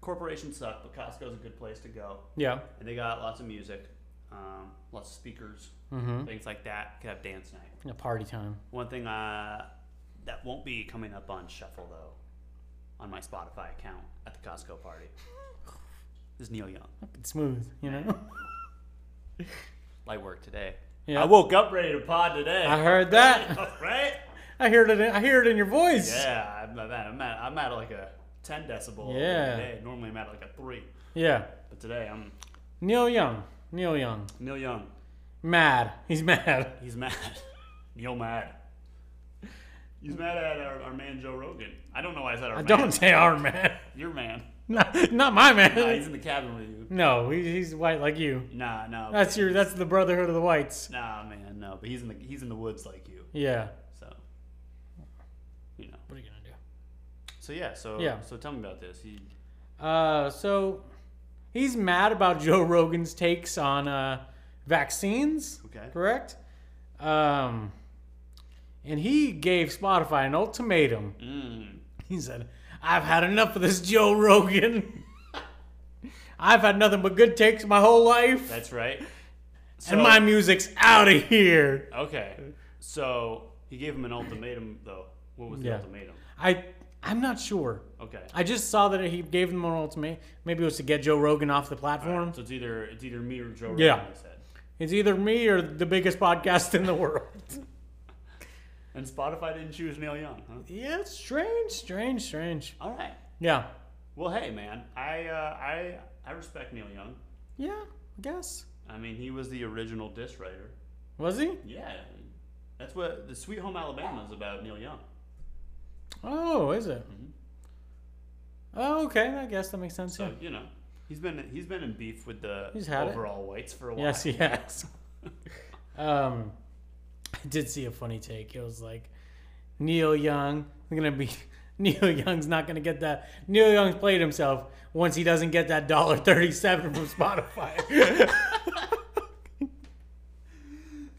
S1: corporations suck, but Costco's a good place to go,
S2: Yeah.
S1: and they got lots of music, um, lots of speakers,
S2: Mhm.
S1: things like that. Could have dance night.
S2: Yeah, party time.
S1: One thing uh, that won't be coming up on Shuffle though, on my Spotify account at the Costco party, is Neil Young.
S2: It's smooth, you know?
S1: Light work today.
S2: Yeah.
S1: I woke up ready to pod today.
S2: I heard that.
S1: right?
S2: I heard it. I hear it in your voice.
S1: Yeah, I'm at, I'm at, I'm at like a 10 decibel.
S2: Yeah.
S1: Today. Normally I'm at like a 3.
S2: Yeah.
S1: But today I'm
S2: Neil Young. Neil Young.
S1: Neil Young.
S2: Mad. He's mad.
S1: He's mad. Neil mad. He's mad at our, our man Joe Rogan. I don't know why I said our
S2: I
S1: man.
S2: don't say our man.
S1: Your man.
S2: Not, not my
S1: Nah,
S2: man.
S1: he's in the cabin with you.
S2: No, he, he's white like you.
S1: Nah, no.
S2: That's your. That's the Brotherhood of the Whites.
S1: nah, man, no. But he's in the he's in the woods like you.
S2: Yeah.
S1: So you know.
S2: What are you gonna do?
S1: So yeah, so
S2: Yeah.
S1: so tell me about this. He
S2: Uh, so he's mad about Joe Rogan's takes on uh, vaccines.
S1: okay.
S2: Correct. Um, and he gave Spotify an ultimatum.
S1: Mm.
S2: He said, I've had enough of this Joe Rogan. I've had nothing but good takes my whole life.
S1: That's right. So,
S2: and my music's out of here.
S1: Okay. So he gave him an ultimatum though. What was the
S2: Yeah.
S1: ultimatum?
S2: I I'm not sure.
S1: Okay.
S2: I just saw that he gave them an ultimatum. Maybe it was to get Joe Rogan off the platform.
S1: So it's either it's either me or Joe Rogan
S2: Yeah.
S1: he said.
S2: It's either me or the biggest podcast in the world.
S1: And Spotify didn't choose Neil Young, huh?
S2: yeah, it's strange, strange, strange.
S1: All right.
S2: Yeah.
S1: Well, hey, man, I uh, I I respect Neil Young.
S2: Yeah, I guess.
S1: I mean, he was the original diss writer.
S2: Was he?
S1: Yeah, that's what the Sweet Home Alabama is about. Neil Young.
S2: Oh, is it?
S1: Mhm.
S2: Oh, okay. I guess that makes sense.
S1: So
S2: yeah.
S1: you know, he's been he's been in beef with the
S2: He's had it.
S1: overall whites for a while.
S2: Yes, yes. um, I did see a funny take. It was like Neil Young. We're gonna be Neil Young's not gonna get that. Neil Young's played himself once he doesn't get that dollar thirty-seven from Spotify.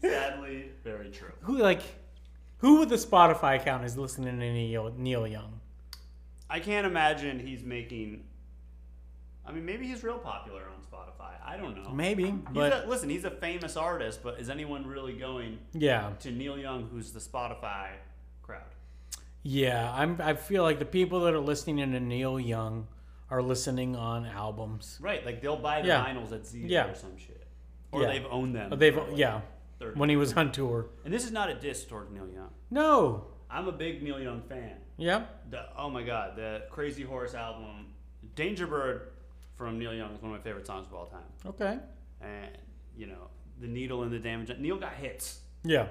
S1: Sadly, very true.
S2: who like who with a Spotify account is listening to Neil Neil Young?
S1: I can't imagine he's making. I mean, maybe he's real popular on Spotify. I don't know.
S2: Maybe,
S1: He's
S2: but
S1: a, listen, he's a famous artist, but is anyone really going
S2: yeah,
S1: to Neil Young, who's the Spotify crowd?
S2: yeah. I'm. I feel like the people that are listening to Neil Young are listening on albums.
S1: Right, like they'll buy the
S2: Yeah.
S1: vinyls at Z
S2: Yeah.
S1: or some shit, or
S2: Yeah.
S1: they've owned them.
S2: But they've
S1: for, like,
S2: yeah.
S1: 30.
S2: When he was on tour.
S1: And this is not a diss toward Neil Young.
S2: No.
S1: I'm a big Neil Young fan.
S2: Yeah.
S1: The, oh my god, the Crazy Horse album, Danger Bird from Neil Young is one of my favorite songs of all time.
S2: Okay.
S1: And you know, the needle and the damage. Neil got hits.
S2: Yeah.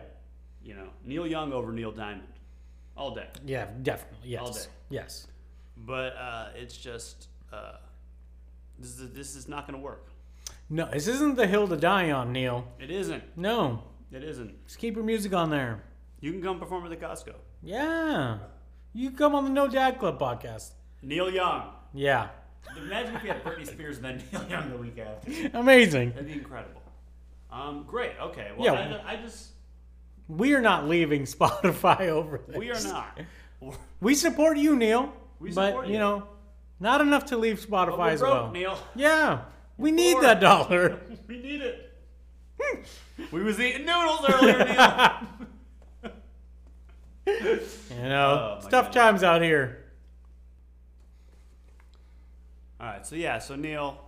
S1: You know, Neil Young over Neil Diamond. all day.
S2: Yeah, definitely. Yes.
S1: All day.
S2: Yes.
S1: But uh, it's just uh, this is this is not going to work.
S2: No, this isn't the hill to die on, Neil.
S1: It isn't.
S2: No,
S1: It isn't.
S2: just keep your music on there.
S1: You can come perform at the Costco.
S2: Yeah, you come on the No Dad Club podcast.
S1: Neil Young.
S2: Yeah,
S1: Imagine if you had Britney Spears and then Neil Young the week after.
S2: amazing.
S1: That'd be incredible. Um, great. Okay. Well,
S2: Yeah.
S1: I, I just
S2: We are not leaving Spotify over this.
S1: we are not. We're,
S2: We support you, Neil.
S1: We
S2: but
S1: support
S2: you
S1: you.
S2: know, not enough to leave Spotify
S1: but we're
S2: as
S1: broke,
S2: well.
S1: Neil.
S2: Yeah, we need
S1: poor.
S2: that dollar.
S1: we need it. we was eating noodles earlier, Neil.
S2: You know,
S1: Oh, my
S2: it's tough
S1: goodness.
S2: times out here.
S1: All right. So yeah. So Neil,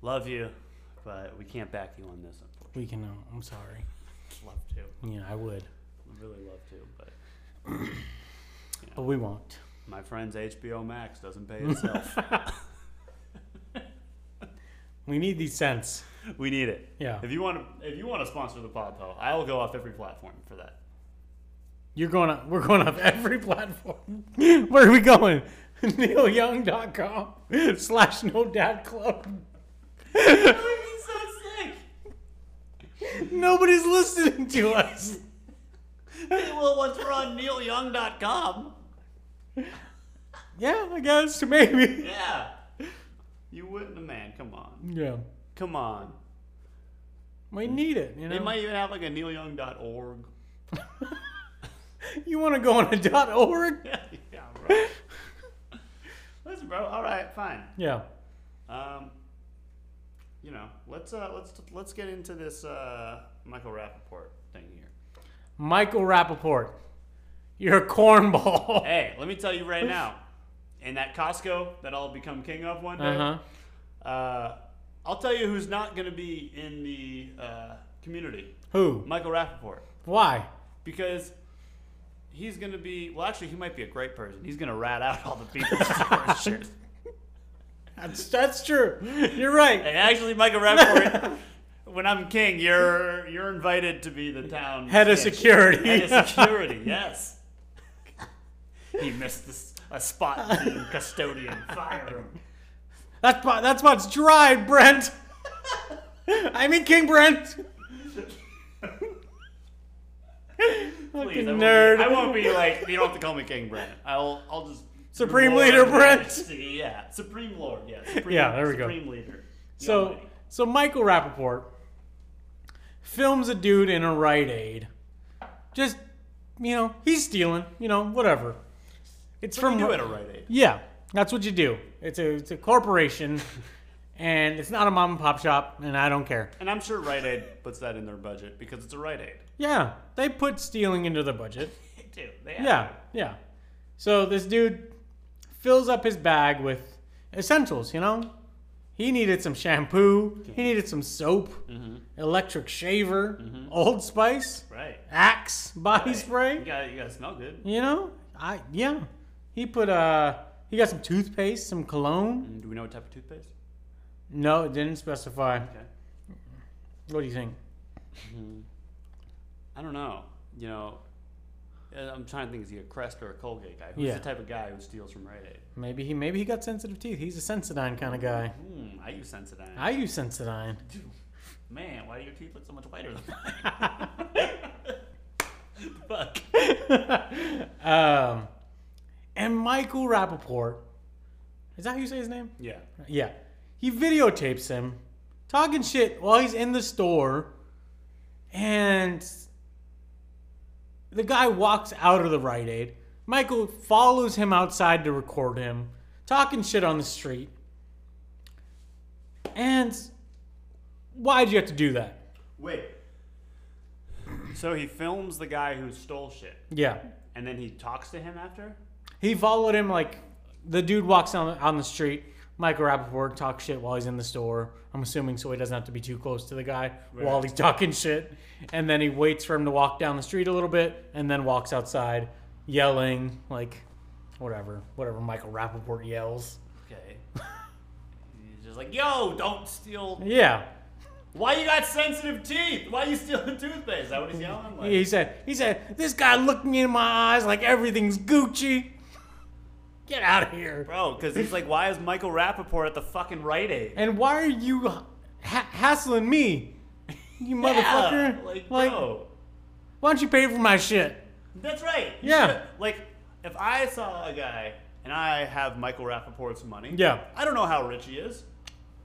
S1: love you, but we can't back you on this. Unfortunately,
S2: We can. Uh, I'm sorry.
S1: love to.
S2: Yeah, I would,
S1: Really love to, but
S2: but we won't.
S1: my friend's HBO Max doesn't pay itself.
S2: We need these cents.
S1: we need it.
S2: Yeah,
S1: If you want to, if you want to sponsor the pod though, I will go off every platform for that.
S2: you're going. On, we're going off every platform. Where are we going? NeilYoung.com slash No Dad Club.
S1: so
S2: Nobody's listening to us.
S1: sick. well, once we're on neilyoung.com,
S2: Yeah, I guess maybe.
S1: yeah, you wouldn't, man. Come on,
S2: Yeah,
S1: come on.
S2: we need it. You know,
S1: They might even have like a neilyoung.org.
S2: you want to go on a dot org?
S1: yeah, bro. Listen, bro. All right, fine.
S2: Yeah.
S1: Um, you know, let's uh, let's let's get into this uh, Michael Rappaport thing here.
S2: Michael Rappaport, you're a cornball.
S1: Hey, let me tell you right now, in that Costco that I'll become king of one day,
S2: Uh-huh.
S1: uh, I'll tell you who's not going to be in the uh, community
S2: Who?
S1: Michael Rappaport.
S2: Why?
S1: Because he's going to be, well, actually, he might be a great person. He's going to rat out all the people. that support shit.
S2: That's, that's true. You're right.
S1: And actually, Michael Rappaport, when I'm king, you're you're invited to be the town
S2: Head of
S1: snitch.
S2: security.
S1: Head of security, yes. He missed this, a spot being custodian. Fire him.
S2: That's po- that's what's dry, Brent. I mean King Brent.
S1: Please,
S2: Fucking
S1: I won't
S2: nerd.
S1: Be, I won't be like you don't have to call me King Brent. I'll I'll just
S2: Supreme Leader Brent.
S1: Majesty, Yeah, Supreme Lord. Yeah. Supreme,
S2: Yeah, there we go.
S1: Supreme Leader. the
S2: So
S1: Almighty.
S2: so Michael Rappaport films a dude in a Rite Aid. Just you know, he's stealing, you know, whatever. It's
S1: What
S2: from
S1: do you do at a Rite Aid.
S2: Yeah, that's what you do. It's a it's a corporation and it's not a mom and pop shop and I don't care.
S1: And I'm sure Rite Aid puts that in their budget because it's a Rite Aid.
S2: Yeah, they put stealing into the budget.
S1: They do. They
S2: Yeah, yeah. So this dude fills up his bag with essentials, you know? He needed some shampoo, he needed some soap, electric shaver, Old Spice,
S1: Right.
S2: Axe body
S1: You
S2: spray,
S1: gotta, you gotta smell good.
S2: you know? I yeah. He put uh he got some toothpaste, some cologne.
S1: And do we know what type of toothpaste?
S2: No, it didn't specify.
S1: Okay.
S2: What do you think?
S1: I don't know. You know, uh, I'm trying to think. Is he a Crest or a Colgate guy? Who's
S2: Yeah.
S1: the type of guy who steals from Rite Aid?
S2: Maybe he maybe he got sensitive teeth. He's a Sensodyne kind of guy.
S1: Hmm. I use Sensodyne.
S2: I use Sensodyne.
S1: Man, why do your teeth look so much whiter than mine? Fuck.
S2: Um, and Michael Rappaport, is that how you say his name?
S1: Yeah.
S2: Yeah. He videotapes him talking shit while he's in the store. And the guy walks out of the Rite Aid. Michael follows him outside to record him talking shit on the street. And why'd you have to do that?
S1: Wait. So he films the guy who stole shit,
S2: Yeah.
S1: and then he talks to him after.
S2: He followed him like the dude walks on on the street. Michael Rappaport talks shit while he's in the store. I'm assuming so he doesn't have to be too close to the guy while he's talking shit. And then he waits for him to walk down the street a little bit and then walks outside yelling like whatever, whatever Michael Rappaport yells.
S1: Okay. He's just like, "Yo, don't steal."
S2: Yeah.
S1: Why you got sensitive teeth? Why you stealing toothpaste? Is that what he's yelling? Like,
S2: He said, he said, this guy looked me in my eyes like everything's Gucci. Get out of here.
S1: Bro, because he's like, why is Michael Rappaport at the fucking Rite Aid?
S2: And why are you ha- hassling me, you
S1: Yeah,
S2: motherfucker?
S1: Like,
S2: Like,
S1: bro.
S2: why don't you pay for my shit?
S1: That's right. You
S2: Yeah.
S1: should- Like, if I saw a guy and I have Michael Rappaport's money,
S2: Yeah.
S1: I don't know how rich he is.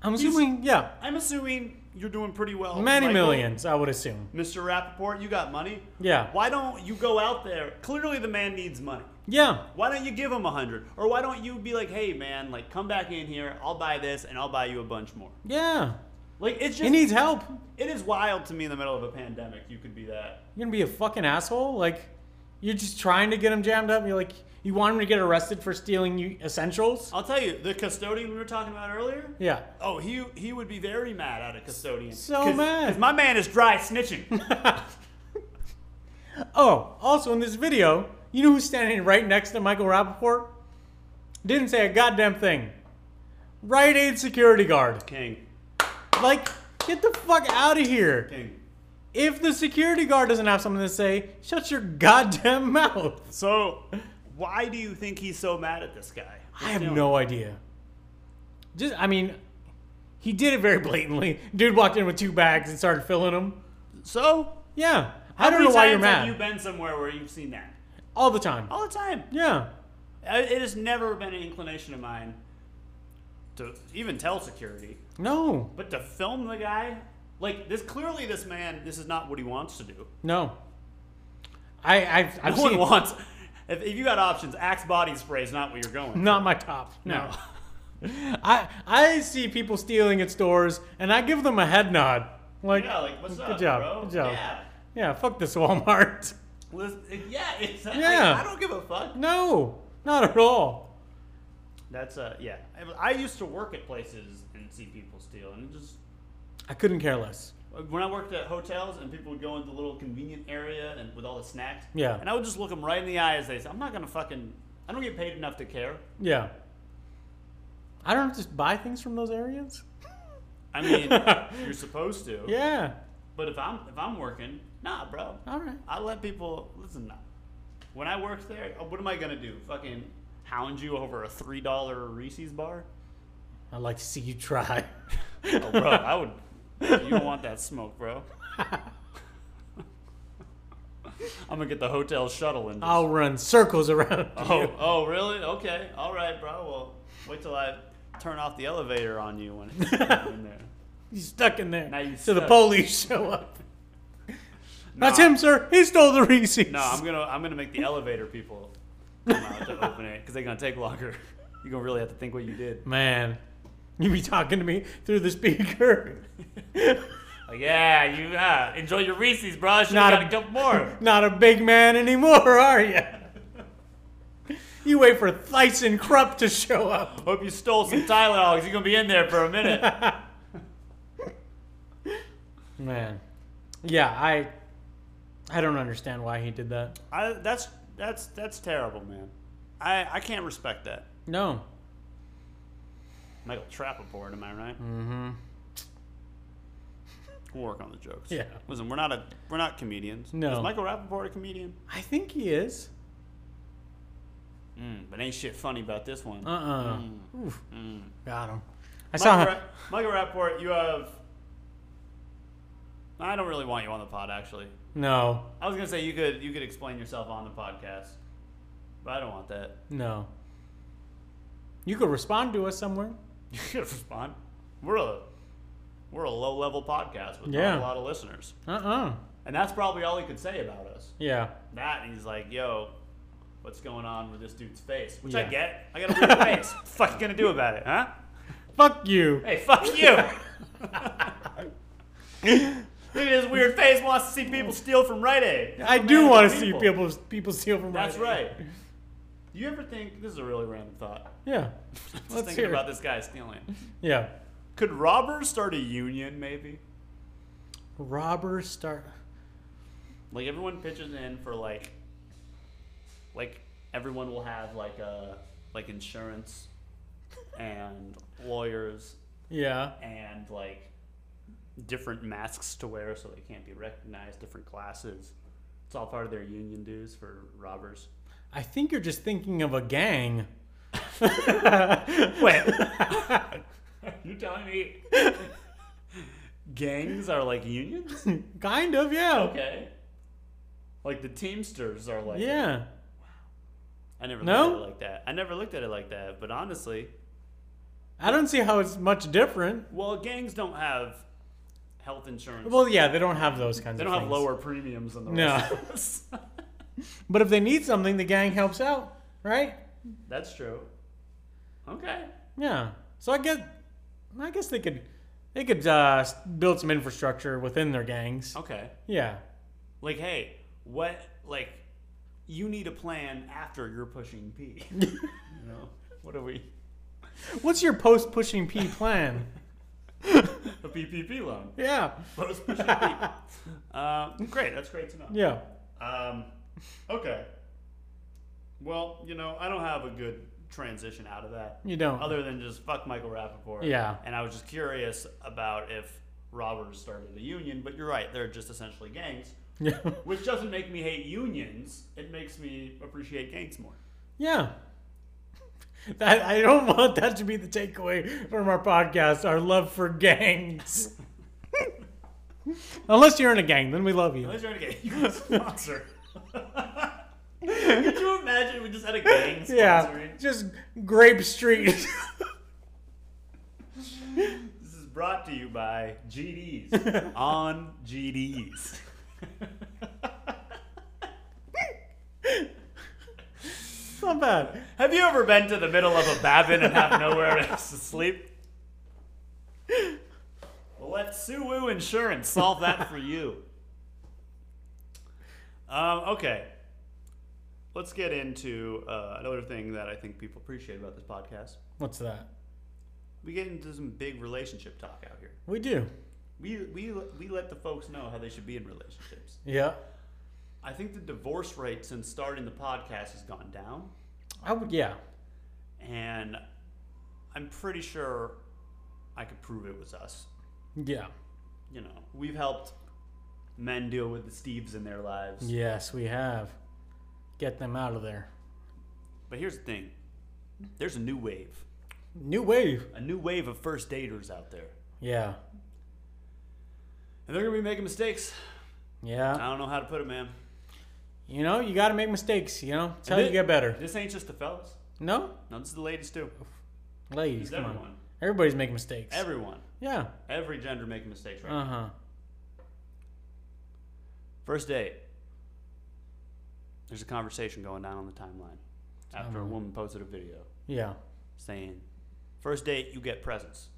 S2: I'm assuming, yeah,
S1: I'm assuming you're doing pretty well.
S2: many
S1: Michael.
S2: millions, I would assume.
S1: Mr. Rappaport, you got money?
S2: Yeah,
S1: Why don't you go out there? Clearly, the man needs money.
S2: yeah,
S1: Why don't you give him a hundred? Or why don't you be like, hey man, like come back in here, I'll buy this and I'll buy you a bunch more.
S2: yeah.
S1: Like it's just
S2: He needs help.
S1: it is wild to me in the middle of a pandemic you could be that.
S2: You're gonna be a fucking asshole. Like, you're just trying to get him jammed up. You're like, you want him to get arrested for stealing you essentials?
S1: I'll tell you, the custodian we were talking about earlier,
S2: Yeah.
S1: oh he he would be very mad at a custodian.
S2: So
S1: Cause,
S2: mad.
S1: 'cause my man is dry snitching.
S2: Oh, also in this video, you know who's standing right next to Michael Rappaport? Didn't say a goddamn thing. Rite Aid security guard.
S1: King.
S2: Like, get the fuck out of here.
S1: King.
S2: If the security guard doesn't have something to say, shut your goddamn mouth.
S1: So why do you think he's so mad at this guy?
S2: I have no idea. Just, I mean, he did it very blatantly. Dude walked in with two bags and started filling them.
S1: So
S2: Yeah.
S1: how
S2: I don't
S1: many
S2: know why you're
S1: times
S2: mad.
S1: Have you been somewhere where you've seen that?
S2: All the time.
S1: All the time.
S2: Yeah.
S1: I- It has never been an inclination of mine to even tell security,
S2: No.
S1: but to film the guy, like this. Clearly, this man, this is not what he wants to do.
S2: No. I, I've, I've
S1: No
S2: seen-
S1: one wants. If, if you got options, Axe body spray is not where you're going.
S2: Not my top. No.
S1: No.
S2: I I see people stealing at stores and I give them a head nod. Like,
S1: yeah, like what's
S2: good
S1: up,
S2: job.
S1: bro?
S2: Good job.
S1: Yeah.
S2: yeah, fuck this Walmart.
S1: Listen- yeah, it's like,
S2: Yeah.
S1: I don't give a fuck.
S2: No, not at all.
S1: That's uh, yeah. I, I used to work at places and see people steal, and it just
S2: I couldn't care less.
S1: When I worked at hotels and people would go into the little convenient area and with all the snacks,
S2: Yeah.
S1: and I would just look them right in the eye as they say, "I'm not gonna fucking, I don't get paid enough to care."
S2: Yeah. I don't just buy things from those areas.
S1: I mean, you're supposed to.
S2: Yeah.
S1: But if I'm if I'm working, nah, bro.
S2: All right.
S1: I let people listen. When I worked there, uh, what am I gonna do? Fucking hound you over a three dollar Reese's bar?
S2: I'd like to see you try.
S1: Oh, bro, I would. You don't want that smoke, bro. I'm gonna get the hotel shuttle and. just-
S2: I'll run circles around.
S1: Oh,
S2: you.
S1: oh, really? Okay, all right, bro. Well, wait till I turn off the elevator on you when it's in there.
S2: He's stuck in there.
S1: Now you
S2: so the
S1: suck.
S2: police show up. That's
S1: Nah.
S2: him, sir. He stole the Reese's.
S1: No, I'm gonna I'm gonna make the elevator people come out to open it because they're gonna take longer. You're gonna really have to think what you did.
S2: Man, you be talking to me through the speaker.
S1: Like, Oh, yeah, you uh, enjoy your Reese's, bro. I Should
S2: Not
S1: have
S2: a-
S1: got a couple more.
S2: Not a big man anymore, are you? You wait for Thyssen Krupp to show up.
S1: Hope you stole some Tylenol because you're gonna be in there for a minute.
S2: Man, yeah, I, I don't understand why he did that.
S1: I, that's that's that's terrible, man. I I can't respect that.
S2: No,
S1: Michael Trappaport, am I right?
S2: mm-hmm.
S1: We'll work on the jokes.
S2: Yeah.
S1: Listen, we're not a we're not comedians.
S2: No.
S1: Is Michael Rappaport a comedian?
S2: I think he is.
S1: Mm, but ain't shit funny about this one.
S2: Uh-uh.
S1: Mm,
S2: Oof,
S1: mm.
S2: got him. I saw
S1: Michael,
S2: him.
S1: Ra- Michael Rapport, you have. I don't really want you on the pod, actually.
S2: No,
S1: I was gonna say you could you could explain yourself on the podcast, but I don't want that.
S2: no. You could respond to us somewhere.
S1: You could respond. We're a we're a low level podcast with
S2: Yeah.
S1: not a lot of listeners,
S2: Uh-uh.
S1: and that's probably all he could say about us.
S2: Yeah.
S1: That and he's like, "Yo, what's going on with this dude's face?" Which I
S2: Yeah.
S1: get. I got a weird face. What the fuck you gonna do about it, huh?
S2: Fuck you.
S1: Hey, fuck you. Look at his weird face. Wants to see people steal from Rite Aid.
S2: I
S1: That's
S2: do
S1: the
S2: want to
S1: man
S2: see people people steal from
S1: That's
S2: Rite Aid.
S1: right. Do you ever think this is a really random thought?
S2: Yeah.
S1: Just
S2: Let's
S1: thinking
S2: hear it.
S1: about this guy stealing.
S2: Yeah.
S1: Could robbers start a union, maybe?
S2: Robbers start.
S1: Like everyone pitches in for like, like everyone will have like a like insurance, and lawyers
S2: Yeah.
S1: and like different masks to wear so they can't be recognized, different glasses. It's all part of their union dues for robbers.
S2: I think you're just thinking of a gang.
S1: Wait. you telling me gangs are like unions?
S2: kind of, yeah.
S1: Okay. Like the Teamsters are like
S2: Yeah.
S1: I never
S2: No?
S1: looked at it like that. I never looked at it like that, but honestly,
S2: I don't see how it's much different.
S1: well, gangs don't have health insurance.
S2: Well, yeah, they don't have those kinds
S1: they
S2: of
S1: don't have
S2: things.
S1: lower premiums than the
S2: No.
S1: rest of us.
S2: But if they need something, the gang helps out, right?
S1: That's true. Okay.
S2: Yeah. So I get I guess they could they could uh, s- build some infrastructure within their gangs.
S1: Okay.
S2: Yeah.
S1: Like, hey, what? Like, you need a plan after you're pushing P. you know, what are we?
S2: What's your post pushing P plan?
S1: A PPP loan.
S2: yeah.
S1: Post pushing P. Um, great. That's great to know.
S2: Yeah.
S1: Um, okay. Well, you know, I don't have a good transition out of that,
S2: You don't.
S1: other than just fuck Michael Rappaport.
S2: Yeah.
S1: And I was just curious about if robbers started a union, but you're right, they're just essentially gangs,
S2: Yeah.
S1: which doesn't make me hate unions. It makes me appreciate gangs more.
S2: yeah. That, I don't want that to be the takeaway from our podcast, our love for gangs. Unless you're in a gang, then we love you.
S1: Unless you're in a gang, you can sponsor. Could you imagine we just had a gang sponsoring?
S2: Yeah, just Grape Street.
S1: This is brought to you by GDs on GDs.
S2: It's not bad.
S1: Have you ever been to the middle of a babin and have nowhere else to sleep? Well, let Suwu Insurance solve that for you. Um, okay. Let's get into uh, another thing that I think people appreciate about this podcast.
S2: What's that?
S1: We get into some big relationship talk out here.
S2: We do.
S1: We, we, we let the folks know how they should be in relationships.
S2: Yeah.
S1: I think the divorce rate since starting the podcast has gone down.
S2: I would. Yeah.
S1: and I'm pretty sure I could prove it was us.
S2: Yeah.
S1: You know, we've helped men deal with the Steves in their lives.
S2: Yes, we have. Get them out of there.
S1: But here's the thing there's a new wave,
S2: New wave.
S1: a new wave of first daters out there.
S2: Yeah.
S1: And they're going to be making mistakes. I
S2: Yeah.
S1: don't know how to put it, man.
S2: You know, you got to make mistakes. You know, till you
S1: thi-
S2: get better.
S1: This ain't just the fellas.
S2: No,
S1: No, this is the ladies too.
S2: ladies,
S1: It's
S2: Oh, come
S1: everyone.
S2: on. Everybody's making mistakes.
S1: Everyone.
S2: yeah.
S1: Every gender making mistakes right
S2: Uh huh.
S1: First date. There's a conversation going down on the timeline after a
S2: Timeline.
S1: woman posted a video.
S2: Yeah.
S1: saying, first date, you get presents.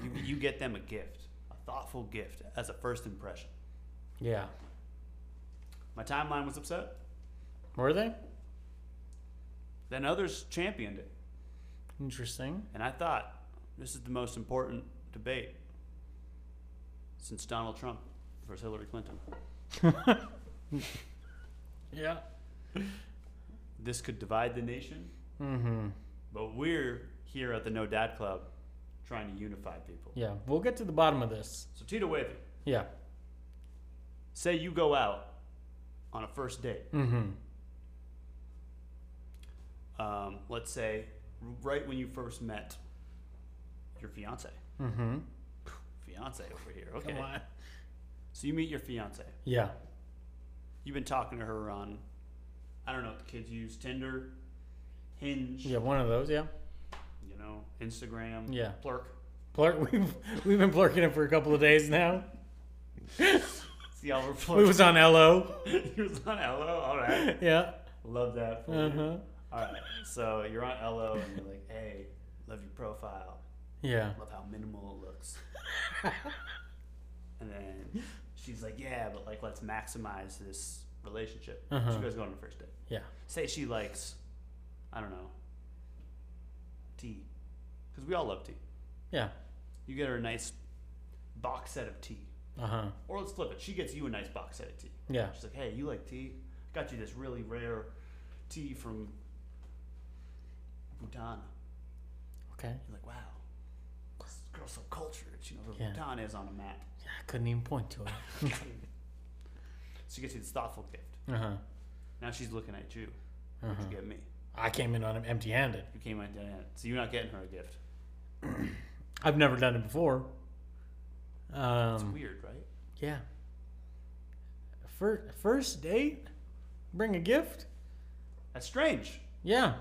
S1: You, you get them a gift, a thoughtful gift as a first impression.
S2: Yeah.
S1: My timeline was upset.
S2: Were they?
S1: Then others championed it.
S2: Interesting.
S1: And I thought, this is the most important debate since Donald Trump versus Hillary Clinton.
S2: Yeah.
S1: This could divide the nation,
S2: Mm-hmm.
S1: but we're here at the No Dad Club trying to unify people.
S2: Yeah. We'll get to the bottom of this.
S1: So, Tito Wavy,
S2: Yeah.
S1: say you go out on a first date.
S2: Mm-hmm.
S1: um, let's say right when you first met your fiance.
S2: Mm-hmm.
S1: Fiance over here. Okay.
S2: Come on.
S1: So you meet your fiance.
S2: Yeah.
S1: You've been talking to her on, I don't know what the kids use, Tinder, Hinge,
S2: Yeah. One of those. Yeah.
S1: you know, Instagram,
S2: Yeah.
S1: Plurk.
S2: Plur- we've we've been plurking it for a couple of days now.
S1: See how we're Plurk.
S2: We was on LO.
S1: he was on LO. All right.
S2: Yeah.
S1: Love that. For you.
S2: Uh huh.
S1: All right. So you're on LO and you're like, hey, love your profile.
S2: Yeah.
S1: Love how minimal it looks. and then she's like, yeah, but like let's maximize this relationship.
S2: Uh-huh.
S1: She goes on the first date.
S2: Yeah.
S1: Say she likes, I don't know, tea, because we all love tea.
S2: Yeah.
S1: You get her a nice box set of tea,
S2: Uh huh.
S1: or let's flip it. She gets you a nice box set of tea.
S2: Yeah.
S1: She's like, hey, you like tea? Got you this really rare tea from Bhutan.
S2: Okay.
S1: You're like, wow, this is girl's so cultured. She knows where
S2: Yeah.
S1: Bhutan is on a map.
S2: I couldn't even point to it.
S1: So you get to see this thoughtful gift.
S2: uh huh.
S1: Now she's looking at you. What'd you get me?
S2: I came in on him empty-handed.
S1: You came at Diane. So you're not getting her a gift.
S2: I've never done it before.
S1: It's
S2: Um,
S1: weird, right?
S2: yeah. First, first date, bring a gift.
S1: That's strange.
S2: Yeah.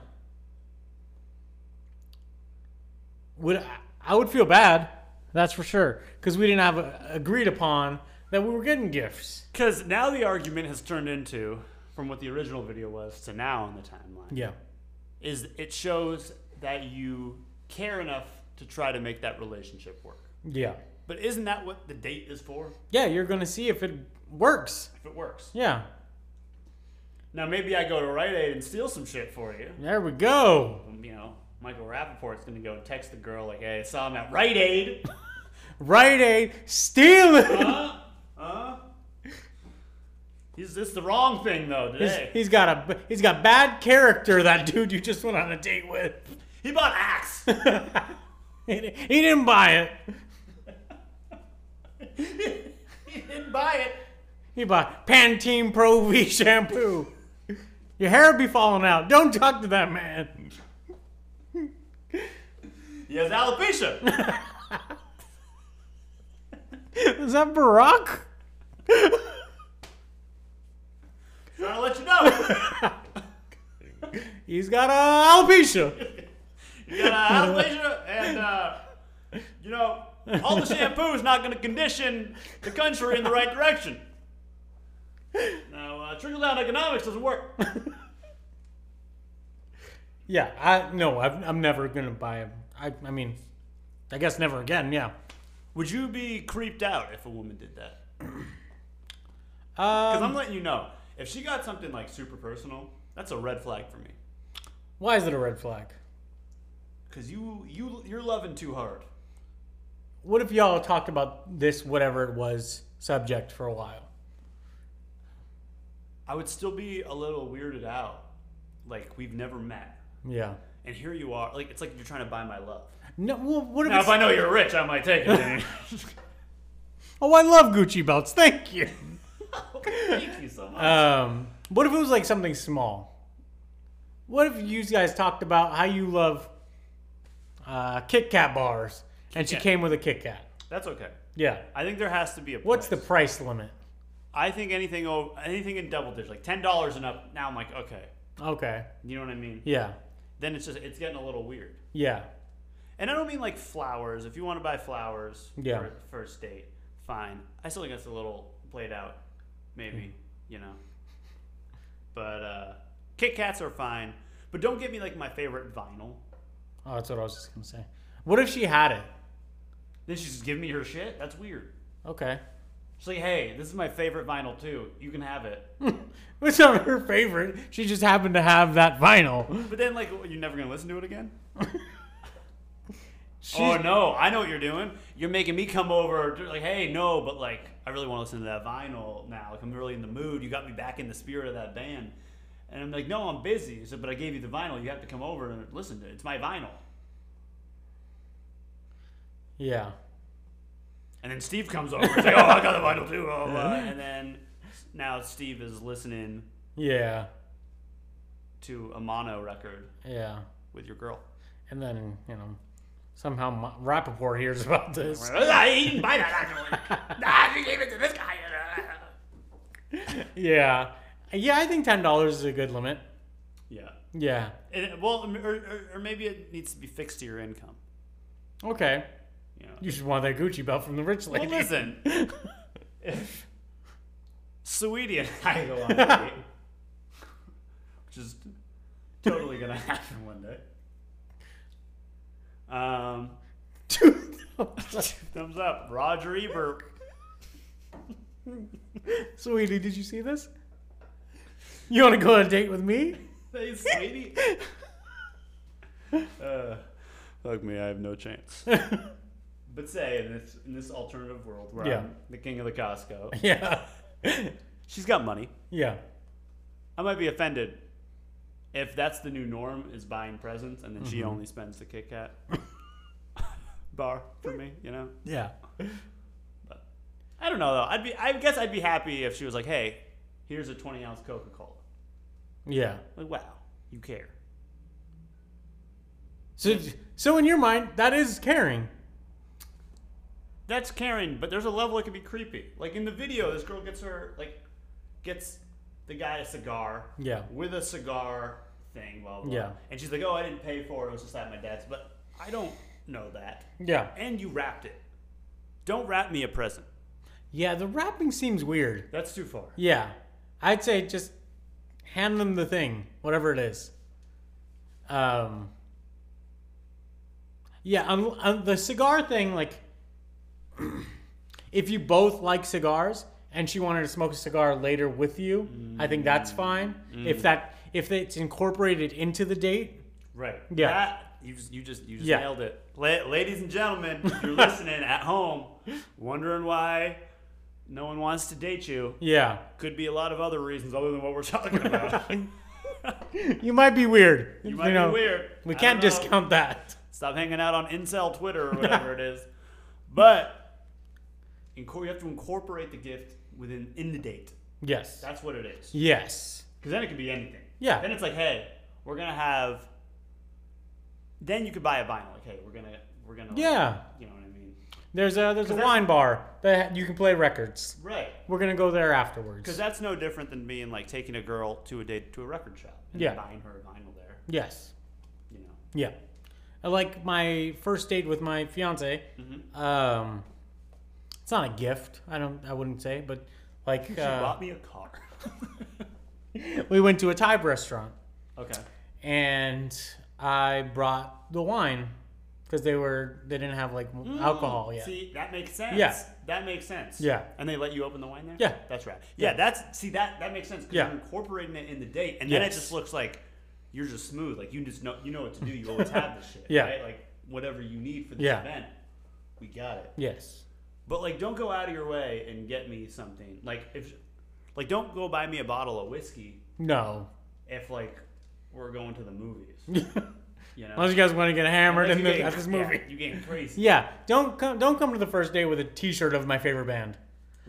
S2: Would I, I would feel bad? That's for sure, because we didn't have a, agreed upon that we were getting gifts.
S1: Because now the argument has turned into, from what the original video was to now on the timeline,
S2: Yeah.
S1: is it shows that you care enough to try to make that relationship work.
S2: Yeah.
S1: But isn't that what the date is for?
S2: Yeah, you're gonna see if it works.
S1: If it works.
S2: Yeah.
S1: Now maybe I go to Rite Aid and steal some shit for you.
S2: There we go.
S1: Um, You know, Michael Rappaport's gonna go and text the girl like, "Hey, I saw him at Rite Aid."
S2: Right Aid, steal it.
S1: huh? Huh? He's this the wrong thing though
S2: He's,
S1: today.
S2: he's got a he's got bad character. That dude you just went on a date with.
S1: He bought axe.
S2: he, di- he didn't buy it.
S1: he didn't buy it.
S2: He bought Pantene Pro V shampoo. Your hair be falling out. Don't talk to that man.
S1: He has alopecia.
S2: Is that Barack?
S1: Trying to let you know.
S2: He's got a alopecia.
S1: You got an alopecia, and uh, you know, all the shampoo is not going to condition the country in the right direction. Now, uh, trickle down economics doesn't work.
S2: Yeah, I no, I've, I'm never gonna buy him. I I mean, I guess never again. Yeah.
S1: Would you be creeped out if a woman did that?
S2: Um,
S1: Because I'm letting you know, if she got something like super personal, that's a red flag for me.
S2: why is it a red flag?
S1: Because you you you're loving too hard.
S2: What if y'all talked about this whatever it was subject for a while?
S1: I would still be a little weirded out, like we've never met,
S2: Yeah.
S1: and here you are. Like it's like you're trying to buy my love.
S2: No. Well, what if?
S1: Now,
S2: it's-
S1: if I know you're rich, I might take it.
S2: oh, I love Gucci belts. Thank you.
S1: Thank you so much.
S2: Um, what if it was like something small? What if you guys talked about how you love uh, Kit Kat bars, and she
S1: Kat.
S2: came with a Kit Kat?
S1: That's okay.
S2: Yeah.
S1: I think there has to be a.
S2: What's the
S1: price.
S2: price limit?
S1: I think anything over anything in double digits, like ten dollars and up. Now I'm like, okay,
S2: Okay.
S1: you know what I mean.
S2: Yeah.
S1: Then it's just it's getting a little weird.
S2: Yeah.
S1: And I don't mean like flowers. If you want to buy flowers
S2: Yeah.
S1: for the first date, fine. I still think that's a little played out, maybe
S2: Mm.
S1: you know. But uh, Kit Kats are fine. But don't give me like my favorite vinyl.
S2: Oh, that's what I was just gonna say. What if she had it?
S1: Then she's just giving me her shit. That's weird.
S2: Okay.
S1: She's like, hey, this is my favorite vinyl too. You can have it.
S2: It's not her favorite. She just happened to have that vinyl.
S1: But then, like, you're never gonna listen to it again.
S2: She's,
S1: oh no, I know what you're doing. You're making me come over. to- Like, hey, no, but like, I really want to listen to that vinyl now. Like, I'm really in the mood. You got me back in the spirit of that band. And I'm like, no, I'm busy. I said, but I gave you the vinyl. You have to come over and listen to it. It's my vinyl.
S2: Yeah.
S1: And then Steve comes over. He's like, oh, I got the vinyl too. Oh, uh, and then now Steve is listening
S2: Yeah.
S1: to a mono record
S2: Yeah.
S1: with your girl.
S2: And then, you know, somehow Ma- Rappaport hears about this.
S1: I didn't buy that. actually. Nah, you gave it to this guy.
S2: Yeah. Yeah, I think $10 is a good limit.
S1: Yeah.
S2: Yeah.
S1: And, well, or, or, or maybe it needs to be fixed to your income.
S2: Okay.
S1: You know.
S2: You should want that Gucci belt from the rich lady.
S1: Well, listen. if Sweetie and I go on a date, which is totally gonna happen one day. Um, thumbs up, Roger Ebert.
S2: Sweetie, did you see this? You want to go on a date with me?
S1: Hey, Sweetie. uh, fuck me, I have no chance. But say in this in this alternative world where
S2: Yeah.
S1: I'm the king of the Costco,
S2: yeah.
S1: she's got money.
S2: Yeah.
S1: I might be offended
S2: Mm-hmm.
S1: if that's the new norm is buying presents and then she only spends the Kit Kat. bar for me, you know.
S2: Yeah.
S1: I don't know though. I'd be. I guess I'd be happy if she was like, "Hey, here's a 20 ounce Coca Cola."
S2: Yeah.
S1: Like, wow, you care.
S2: So so in your mind, that is caring.
S1: That's caring, but there's a level it can be creepy. Like in the video, this girl gets her like gets the guy a cigar.
S2: Yeah.
S1: With a cigar thing, blah blah.
S2: Yeah.
S1: And she's like, "Oh, I didn't pay for it. It was just at my dad's." But I don't know that.
S2: Yeah.
S1: And you wrapped it. Don't wrap me a present.
S2: Yeah, the wrapping seems weird.
S1: That's too far.
S2: Yeah. I'd say just hand them the thing, whatever it is. Um Yeah, um, um, the cigar thing like if you both like cigars and she wanted to smoke a cigar later with you, I think that's fine. If
S1: Mm.
S2: that if it's incorporated into the date,
S1: Right.
S2: Yeah.
S1: That, you just you just you just
S2: Yeah.
S1: nailed it, La- ladies and gentlemen. If you're listening at home, wondering why no one wants to date you,
S2: yeah.
S1: could be a lot of other reasons other than what we're talking about.
S2: You might be weird.
S1: you might
S2: know,
S1: be weird.
S2: We
S1: I
S2: can't
S1: don't know.
S2: discount that.
S1: Stop hanging out on incel Twitter or whatever it is. But inco- you have to incorporate the gift within in the date.
S2: Yes.
S1: That's what it is.
S2: yes.
S1: Because then it could be anything.
S2: Yeah.
S1: Then it's like, hey, we're gonna have. Then you could buy a vinyl. Like, hey, we're gonna we're gonna. like,
S2: Yeah.
S1: you know what I mean.
S2: There's a there's a
S1: that's-
S2: wine bar that you can play records.
S1: Right.
S2: We're gonna go there
S1: Because
S2: afterwards.
S1: that's no different than being like taking a girl to a date to a record shop and
S2: Yeah.
S1: buying her a vinyl there.
S2: Yes.
S1: You know.
S2: Yeah. I Like my first date with my fiance.
S1: Mm-hmm.
S2: Um, it's not a gift. I don't. I wouldn't say, but like
S1: She
S2: uh,
S1: bought me a car.
S2: we went to a Thai restaurant
S1: okay.
S2: and I brought the wine because they were they didn't have like alcohol yet.
S1: Mm, See, that makes sense.
S2: Yeah.
S1: That makes sense.
S2: Yeah.
S1: And they let you open the wine there?
S2: Yeah.
S1: That's right. Yeah, that's see that that makes sense because
S2: Yeah.
S1: you're incorporating it in the date and then
S2: Yes.
S1: it just looks like you're just smooth. Like you just know you know what to do. You always have this shit.
S2: Yeah.
S1: Right? Like whatever you need for this
S2: Yeah.
S1: event. We got it.
S2: Yes.
S1: But like, don't go out of your way and get me something. Like if, like, don't go buy me a bottle of whiskey
S2: No.
S1: if like we're going to the movies. You know,
S2: Unless you guys want to get hammered
S1: Unless
S2: in
S1: you're
S2: the,
S1: getting-
S2: at this movie.
S1: yeah, you getting crazy.
S2: Yeah, don't come don't come to the first day with a T-shirt of my favorite band.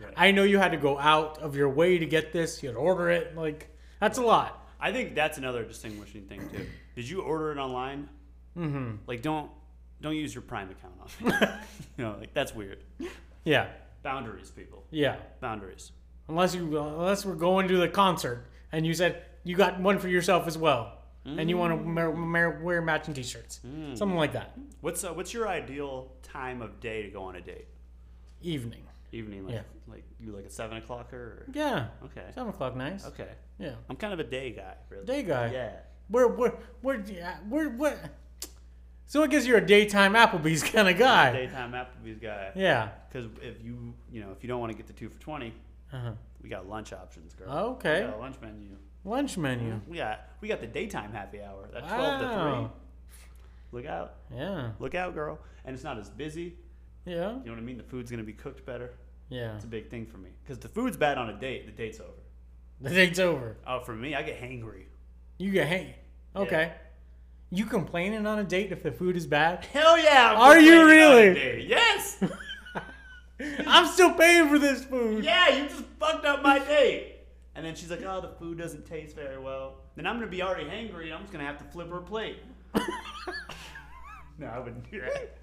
S1: Right.
S2: I know you had to go out of your way to get this. You had to order it. Like that's a lot.
S1: I think that's another distinguishing thing too. Did you order it online? Mm-hmm. Like, don't don't use your Prime account on. it. you know, like that's weird.
S2: Yeah,
S1: Boundaries, people.
S2: yeah.
S1: Boundaries.
S2: Unless you unless we're going to the concert and you said you got one for yourself as well, and you want to
S1: Mm.
S2: mer- mer- wear matching T-shirts, something like that.
S1: What's uh, what's your ideal time of day to go on a date?
S2: Evening.
S1: Evening, like
S2: Yeah.
S1: like you like a seven o'clocker. Or?
S2: Yeah.
S1: Okay.
S2: Seven o'clock. Nice.
S1: Okay.
S2: Yeah.
S1: I'm kind of a day guy. Really.
S2: Day guy.
S1: Yeah.
S2: We're we're we're yeah, we're what? So I guess you're a daytime Applebee's kind of guy.
S1: Daytime Applebee's guy.
S2: Yeah.
S1: Because if you you know if you don't want to get the two for twenty,
S2: Uh-huh.
S1: we got lunch options, girl.
S2: Okay.
S1: We got a lunch menu.
S2: Lunch menu.
S1: We got we got the daytime happy hour. That's twelve to
S2: Wow.
S1: three. Look out,
S2: Yeah.
S1: look out, girl. And it's not as busy.
S2: Yeah.
S1: You know what I mean? The food's gonna be cooked better.
S2: Yeah.
S1: It's a big thing for me. Because the food's bad on a date, the date's over.
S2: The date's over.
S1: Oh, for me, I get hangry.
S2: You get hang. Okay. You complaining on a date if the food is bad?
S1: Hell yeah! I'm
S2: Are you
S1: complaining on a
S2: really?
S1: date. Yes.
S2: I'm still paying for this food.
S1: yeah, you just fucked up my date. And then she's like, oh, the food doesn't taste very well. Then I'm gonna be already hangry, and I'm just gonna have to flip her plate. no, I wouldn't do that.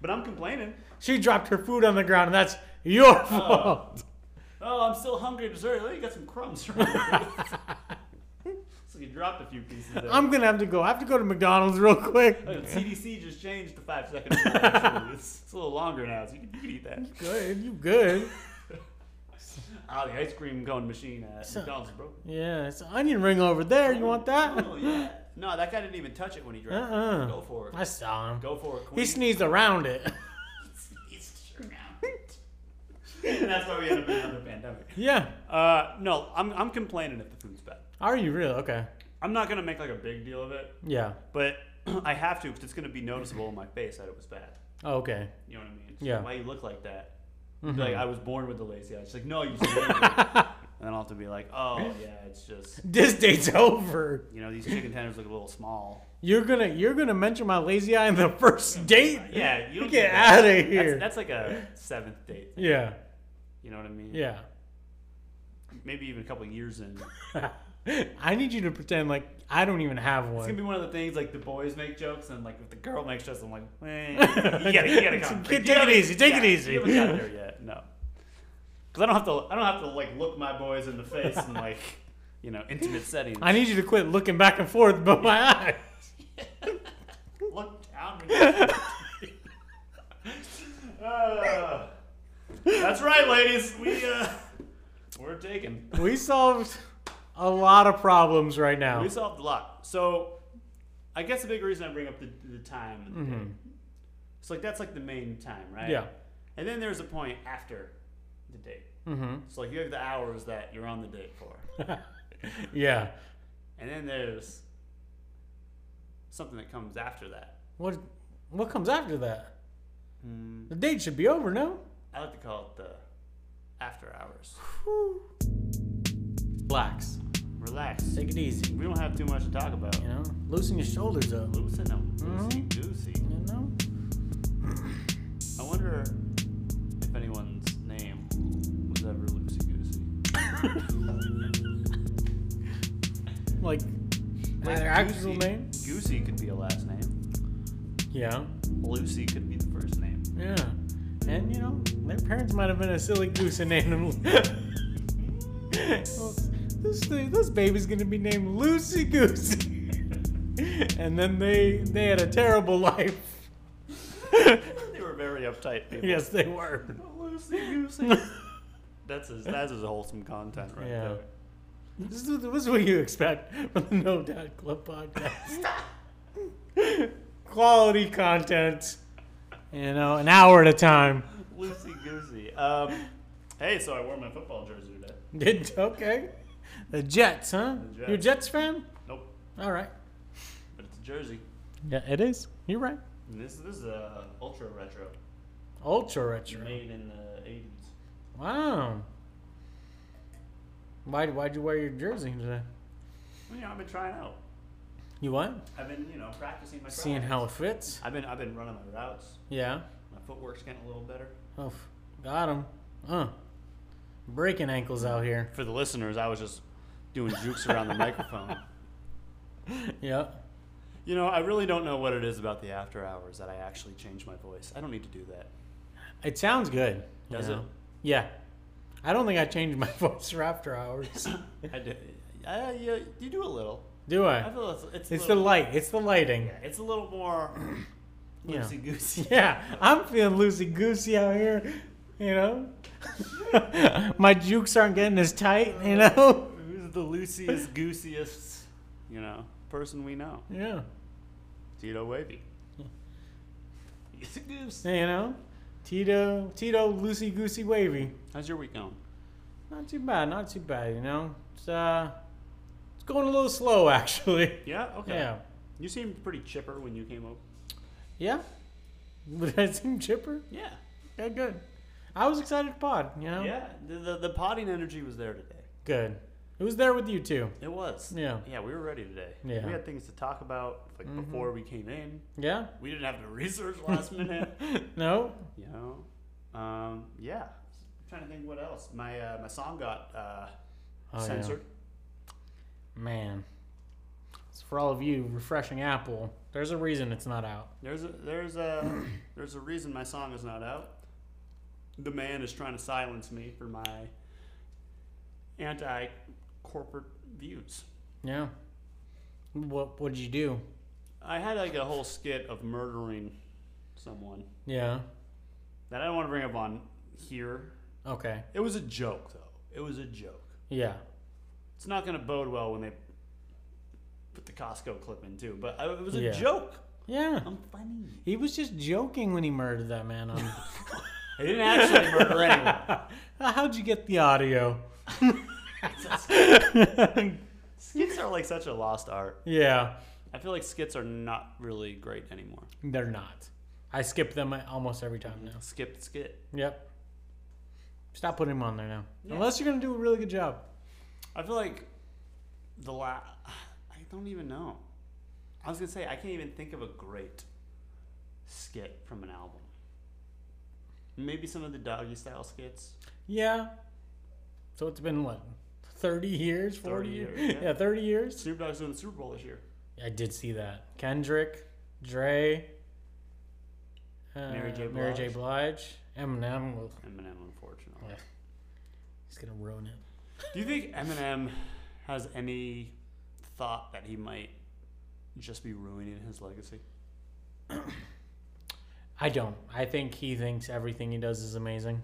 S1: But I'm complaining.
S2: She dropped her food on the ground, and that's your fault.
S1: Oh, I'm still hungry. Dessert. Oh, you got some crumbs. Right? so you dropped a few pieces. There.
S2: I'm gonna have to go. I have to go to McDonald's real quick.
S1: Oh, the CDC just changed the five second. rule. it's, it's a little longer now, so you can, you can eat that.
S2: Good. You good?
S1: Oh, the ice cream cone machine at McDonald's is broken.
S2: Yeah. It's an onion ring over there. You want that?
S1: Oh yeah. No, that guy didn't even touch it when he drank.
S2: Uh-uh.
S1: it. Go for it.
S2: I saw him.
S1: Go for it. Queen.
S2: He sneezed around it.
S1: Sneezed around. and that's why we ended up in another pandemic.
S2: yeah.
S1: Uh, no, I'm, I'm complaining if the food's bad.
S2: Are you real? Okay.
S1: I'm not gonna make like a big deal of it,
S2: Yeah.
S1: but I have to because it's gonna be noticeable in my face that it was bad.
S2: Oh, okay. Mm-hmm.
S1: You know what I mean? She's
S2: Yeah.
S1: Like, Why you look like that? Like I was born with the lazy eye. She's like, no, you. just made it." and then I'll have to be like, oh yeah, it's just
S2: This date's over.
S1: you know these chicken tenders look a little small.
S2: You're gonna you're gonna mention my lazy eye in the first date.
S1: Yeah, you'll
S2: get
S1: do that.
S2: outta
S1: That's-
S2: here.
S1: That's, like a seventh date. Thing,
S2: Yeah.
S1: You know what I mean?
S2: Yeah.
S1: Maybe even a couple years in. It's
S2: I need you to pretend like I don't even have
S1: gonna
S2: one.
S1: be one of the things like the boys make jokes and like if the girl makes jokes, I'm like, eh, you gotta, you gotta come.
S2: Take
S1: you gotta-
S2: it easy, take it
S1: yeah,
S2: easy.
S1: You haven't got there yet. No. Because I don't have to. I don't have to like look my boys in the face and like, you know, intimate settings.
S2: I need you to quit looking back and forth about my eyes.
S1: Look down. when you- Uh, that's right, ladies. We uh, we're taken.
S2: We solved a lot of problems right now.
S1: We solved a lot. So, I guess the big reason I bring up the, the time. of the day. It's like that's like the main time, right?
S2: Yeah.
S1: And then there's a point after the date.
S2: Mm-hmm.
S1: It's like you have the hours that you're on the date for,
S2: Yeah.
S1: and then there's something that comes after that.
S2: What what comes after that?
S1: Hmm,
S2: The date should be over, no?
S1: I like to call it the after hours.
S2: Relax.
S1: Relax.
S2: Take it easy.
S1: We don't have too much to talk about.
S2: You know? Loosen your shoulders up.
S1: Loosen up, loosey goosey.
S2: You know?
S1: I wonder if anyone's name was ever loosey goosey.
S2: Like their actual name?
S1: Goosey could be a last name.
S2: Yeah.
S1: Lucy could be the first name.
S2: Yeah. And you know, their parents might have been a silly goose and named them. this thing, this baby's gonna be named Lucy Goosey. and then they they had a terrible life.
S1: they were very uptight people.
S2: yes, they were.
S1: Loosey goosey. that's as that's as wholesome content right
S2: Yeah.
S1: there.
S2: This is, this is what you expect from the No Doubt Club podcast. Quality content, you know, an hour at a time.
S1: Loosey goosey. Um, hey, so I wore my football jersey today.
S2: Did okay. The Jets, huh?
S1: The
S2: You're a
S1: Jets.
S2: Jets fan?
S1: Nope,
S2: All right.
S1: but it's a jersey.
S2: Yeah, it is. You're right.
S1: And this this is a ultra retro,
S2: Ultra retro.
S1: made in the '80s.
S2: Wow. Why why'd you wear your jersey today?
S1: You know, I've been trying out.
S2: You what?
S1: I've been, you know, practicing my.
S2: Seeing
S1: craft.
S2: how it fits.
S1: I've been, I've been running my routes.
S2: Yeah.
S1: My footwork's getting a little better.
S2: Oh, got him. Uh. Breaking ankles out here.
S1: For the listeners, I was just doing jukes around the microphone.
S2: Yep.
S1: You know, I really don't know what it is about the after hours that I actually change my voice. I don't need to do that.
S2: It sounds good. you
S1: Does it?
S2: know? Yeah. I don't think I changed my voice for after hours.
S1: I do. I, you, you do a little.
S2: Do
S1: I
S2: I?
S1: feel it's, it's,
S2: It's
S1: a
S2: the
S1: little,
S2: light. It's the lighting.
S1: yeah, it's a little more
S2: Yeah.
S1: loosey goosey.
S2: Yeah, I'm feeling loosey goosey out here, you know. My jukes aren't getting as tight, you know.
S1: Who's the looseyest gooseyest, you know, person we know?
S2: Yeah,
S1: Tito Wavy. He's a goose.
S2: you know. Tito, Tito, loosey goosey wavy.
S1: How's your week going?
S2: Not too bad, not too bad, you know. It's uh, it's going a little slow actually.
S1: Yeah. Okay.
S2: Yeah,
S1: You seemed pretty chipper when you came over.
S2: yeah. Would that seem chipper?
S1: Yeah.
S2: Yeah, good. I was excited to pod, you know.
S1: Yeah. The, the, the potting energy was there today.
S2: Good. It was there with you too.
S1: It was.
S2: Yeah.
S1: Yeah, we were ready today.
S2: Yeah. Mm-hmm.
S1: We had things to talk about like before we came in.
S2: Yeah.
S1: We didn't have to research last minute.
S2: No.
S1: You know. Um, yeah. I'm trying to think what else. My uh, my song got uh,
S2: Oh, yeah.
S1: censored.
S2: Man. It's for all of you refreshing Apple. There's a reason it's not out.
S1: There's a there's a there's a reason my song is not out. The man is trying to silence me for my anti corporate views.
S2: Yeah. What what did you do?
S1: I had like a whole skit of murdering someone
S2: Yeah.
S1: that I don't want to bring up on here.
S2: Okay.
S1: It was a joke though. It was a joke.
S2: Yeah.
S1: It's not going to bode well when they put the Costco clip in too, but I, it was a
S2: Yeah.
S1: joke.
S2: Yeah.
S1: I'm funny.
S2: He was just joking when he murdered that man on
S1: I didn't actually murder anyone.
S2: How'd you get the audio?
S1: Skits are like such a lost art.
S2: yeah.
S1: I feel like skits are not really great anymore.
S2: They're not. I skip them almost every time now.
S1: Skip the skit.
S2: Yep. Stop putting them on there now.
S1: Yeah.
S2: Unless you're gonna do a really good job.
S1: I feel like the la I don't even know. I was gonna say I can't even think of a great skit from an album. Maybe some of the doggy style skits.
S2: Yeah. So it's been what, thirty years,
S1: 30
S2: forty years?
S1: years, yeah.
S2: Yeah. thirty years.
S1: Snoop Dogg's doing the Super Bowl this year.
S2: I did see that. Kendrick, Dre, uh,
S1: Mary J.
S2: Mary J. Blige, Eminem. Well,
S1: Eminem, unfortunately.
S2: yeah. He's gonna ruin it.
S1: Do you think Eminem has any thought that he might just be ruining his legacy?
S2: I don't. I think he thinks everything he does is amazing.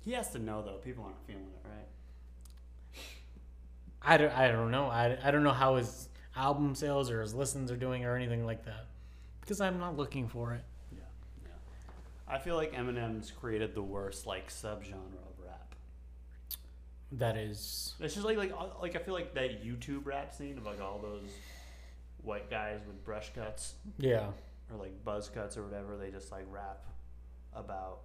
S1: He has to know though. People aren't feeling it, right?
S2: I don't, I don't know. I, I don't know how his album sales or his listens are doing or anything like that. Because I'm not looking for it.
S1: Yeah, yeah. I feel like Eminem's created the worst like subgenre of rap.
S2: That is.
S1: It's just like like all- like I feel like that YouTube rap scene of like all those white guys with brush cuts
S2: Yeah.
S1: or like buzz cuts or whatever. They just like rap about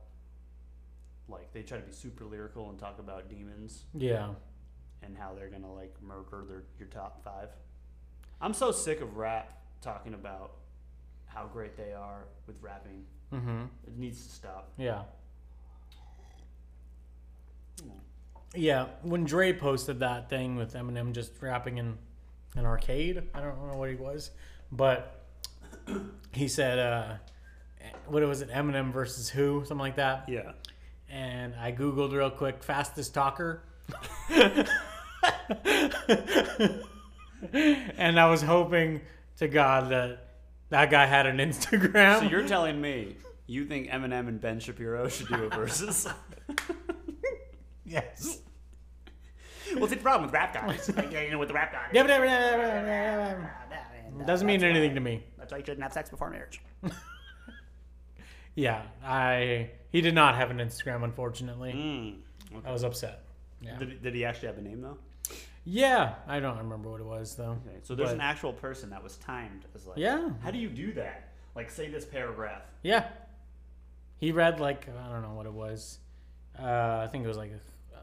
S1: like they try to be super lyrical and talk about demons
S2: Yeah.
S1: and how they're gonna like murder their your top five. I'm so sick of rap talking about how great they are with rapping.
S2: Mm hmm.
S1: It needs to stop.
S2: Yeah.
S1: You know.
S2: Yeah. When Dre posted that thing with Eminem just rapping in an arcade, I don't know what he was, but he said, uh, what was it? Eminem versus who? Something like that.
S1: Yeah.
S2: and I googled real quick fastest talker. and I was hoping to God that that guy had an Instagram.
S1: So you're telling me you think Eminem and Ben Shapiro should do a versus?
S2: yes.
S1: What's the problem with rap guys? Like, you know, with the rap guys.
S2: Doesn't mean anything to me.
S1: That's why you shouldn't have sex before marriage.
S2: Yeah, I he did not have an Instagram unfortunately.
S1: Mm.
S2: I was upset. Yeah.
S1: Did, did he actually have a name though?
S2: Yeah, I don't remember what it was though.
S1: Okay, so there's
S2: But-
S1: an actual person that was timed as like.
S2: Yeah.
S1: How do you do that? Like, say this paragraph.
S2: Yeah. He read like I don't know what it was. Uh, I think it was like a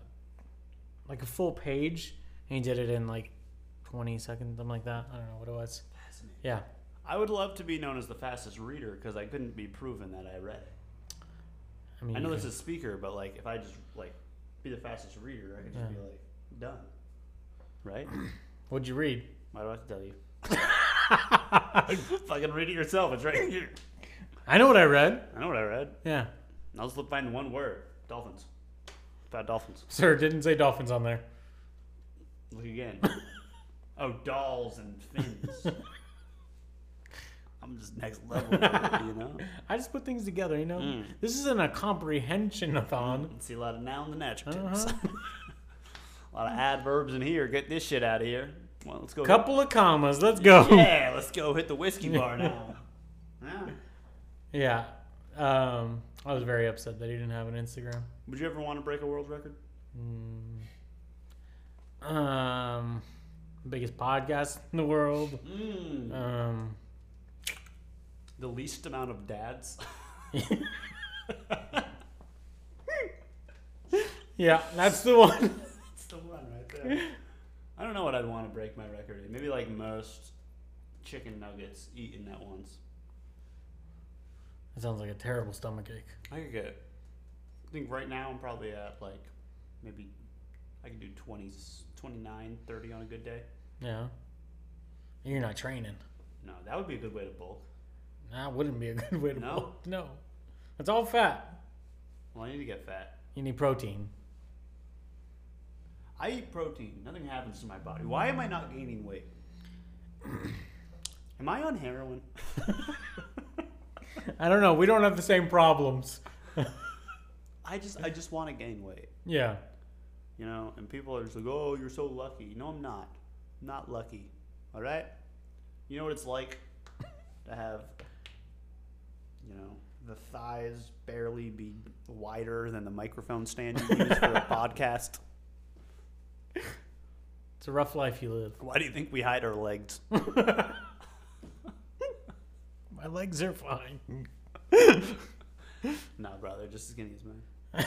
S2: like a full page, and he did it in like twenty seconds, something like that. I don't know what it was.
S1: Fascinating.
S2: Yeah,
S1: I would love to be known as the fastest reader because I couldn't be proven that I read it.
S2: I mean,
S1: I know
S2: you
S1: this
S2: could-
S1: is speaker, but like if I just like be the fastest reader, I could just
S2: Yeah.
S1: be like done. Right?
S2: what'd you read?
S1: Why do I have to tell you? Fucking read it yourself. It's right here.
S2: I know what I read.
S1: I know what I read.
S2: Yeah,
S1: I'll just find one word: dolphins. About dolphins.
S2: sir it didn't say dolphins on there.
S1: Look again. oh, dolls and fins. I'm just next level, with it, you know.
S2: I just put things together, you know.
S1: Mm.
S2: This isn't a comprehension athon.
S1: See a lot of nouns and adjectives.
S2: Uh-huh.
S1: a lot of adverbs in here. Get this shit out of here. Well, let's go.
S2: Couple of commas. Let's go.
S1: Yeah, let's go hit the whiskey bar now. Yeah.
S2: Yeah. Um, I was very upset that he didn't have an Instagram.
S1: Would you ever want to break a world record?
S2: um biggest podcast in the world
S1: Mm.
S2: um
S1: The least amount of dads.
S2: yeah that's the one
S1: That's the one right there. I don't know what I'd want to break my record in. Maybe like most chicken nuggets eaten at once.
S2: that sounds like a terrible stomach ache
S1: I could get. I think right now I'm probably at like maybe I could do 20, 29, 30 on a good day.
S2: yeah you're not training
S1: No, that would be a good way to bulk.
S2: that wouldn't be a good way to
S1: No?
S2: bulk. no it's all fat
S1: Well, I need to get fat.
S2: you need protein
S1: I eat protein. Nothing happens to my body. Why am I not gaining weight? am I on heroin?
S2: i don't know we don't have the same problems
S1: I just I just want to gain weight,
S2: yeah
S1: you know. And people are just like, "Oh, you're so lucky." No, I'm not. I'm not lucky. All right. You know what it's like to have, you know, the thighs barely be wider than the microphone stand you use for a podcast.
S2: it's a rough life you live
S1: Why do you think we hide our legs?
S2: my legs are fine
S1: nah, bro, they're just as skinny as mine.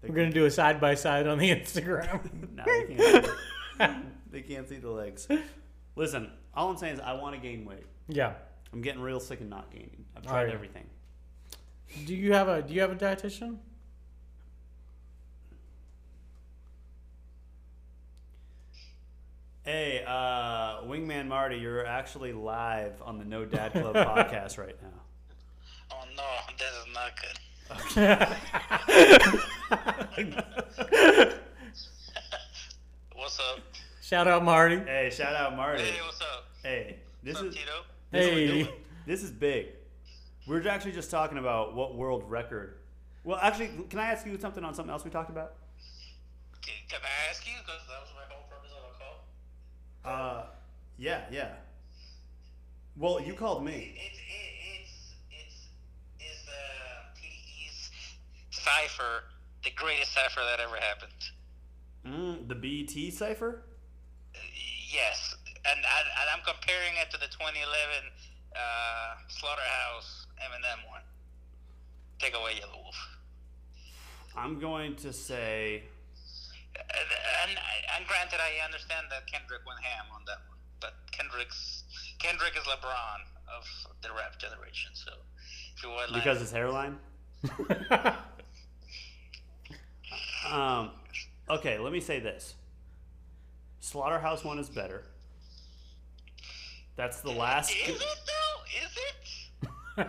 S1: They
S2: we're gonna do a side by side on the instagram
S1: can't- nah, they can't. see- They can't see the legs. Listen, all I'm saying is I want to gain weight.
S2: Yeah.
S1: I'm getting real sick of not gaining. I've
S2: All
S1: tried
S2: right.
S1: everything.
S2: Do you have a Do you have a dietitian?
S1: Hey, uh, Wingman Marty, you're actually live on the No Dad Club podcast right now.
S3: Oh no, this is not good. What's up?
S2: Shout out Marty.
S1: hey, shout out Marty.
S3: Hey, what's up?
S1: Hey, this
S3: what's up,
S1: is
S3: Tito?
S1: this is-
S2: Hey.
S1: this is big. We We're actually just talking about what world record. Well, actually, can I ask you something on something else we talked about?
S3: Can can I ask you? Because that was my whole purpose of the call.
S1: Uh, yeah, yeah. Well, you called me.
S3: It's it, it's it's is the TDE's cipher the greatest cipher that ever happened?
S1: Mm, the BT cipher.
S3: Uh, Yes, and I, and I'm comparing it to the 2011 uh, Slaughterhouse Eminem one. Take away Yellow Wolf.
S1: I'm going to say
S3: and, and granted, I understand that Kendrick went ham on that one, but Kendrick's Kendrick is LeBron of the rap generation. So if you want, like,
S1: because his hairline. Um, okay, let me say this. Slaughterhouse one is better. That's the last.
S3: is it
S1: Good,
S3: though? Is it?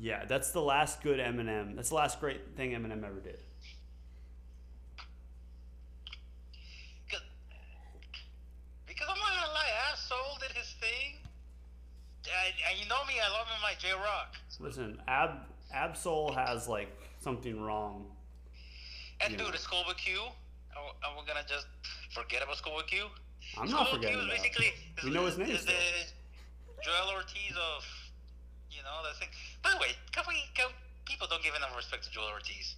S1: yeah, that's the last good Eminem. That's the last great thing Eminem ever did.
S3: 'Cause- Because I'm not gonna lie, Asshole did his thing. And, and you know me, I love him like J Rock.
S1: Listen, Ab Absol has like something wrong.
S3: And
S1: Yeah.
S3: dude, it's Scuba Q. Oh, And we're gonna just forget about Scuba Q.
S1: I'm
S3: So
S1: not
S3: Loki
S1: forgetting
S3: was
S1: that.
S3: basically
S1: We know his name
S3: is
S1: still.
S3: the Joel Ortiz of you know that thing. By the way, can we, can, people don't give enough respect to Joel Ortiz.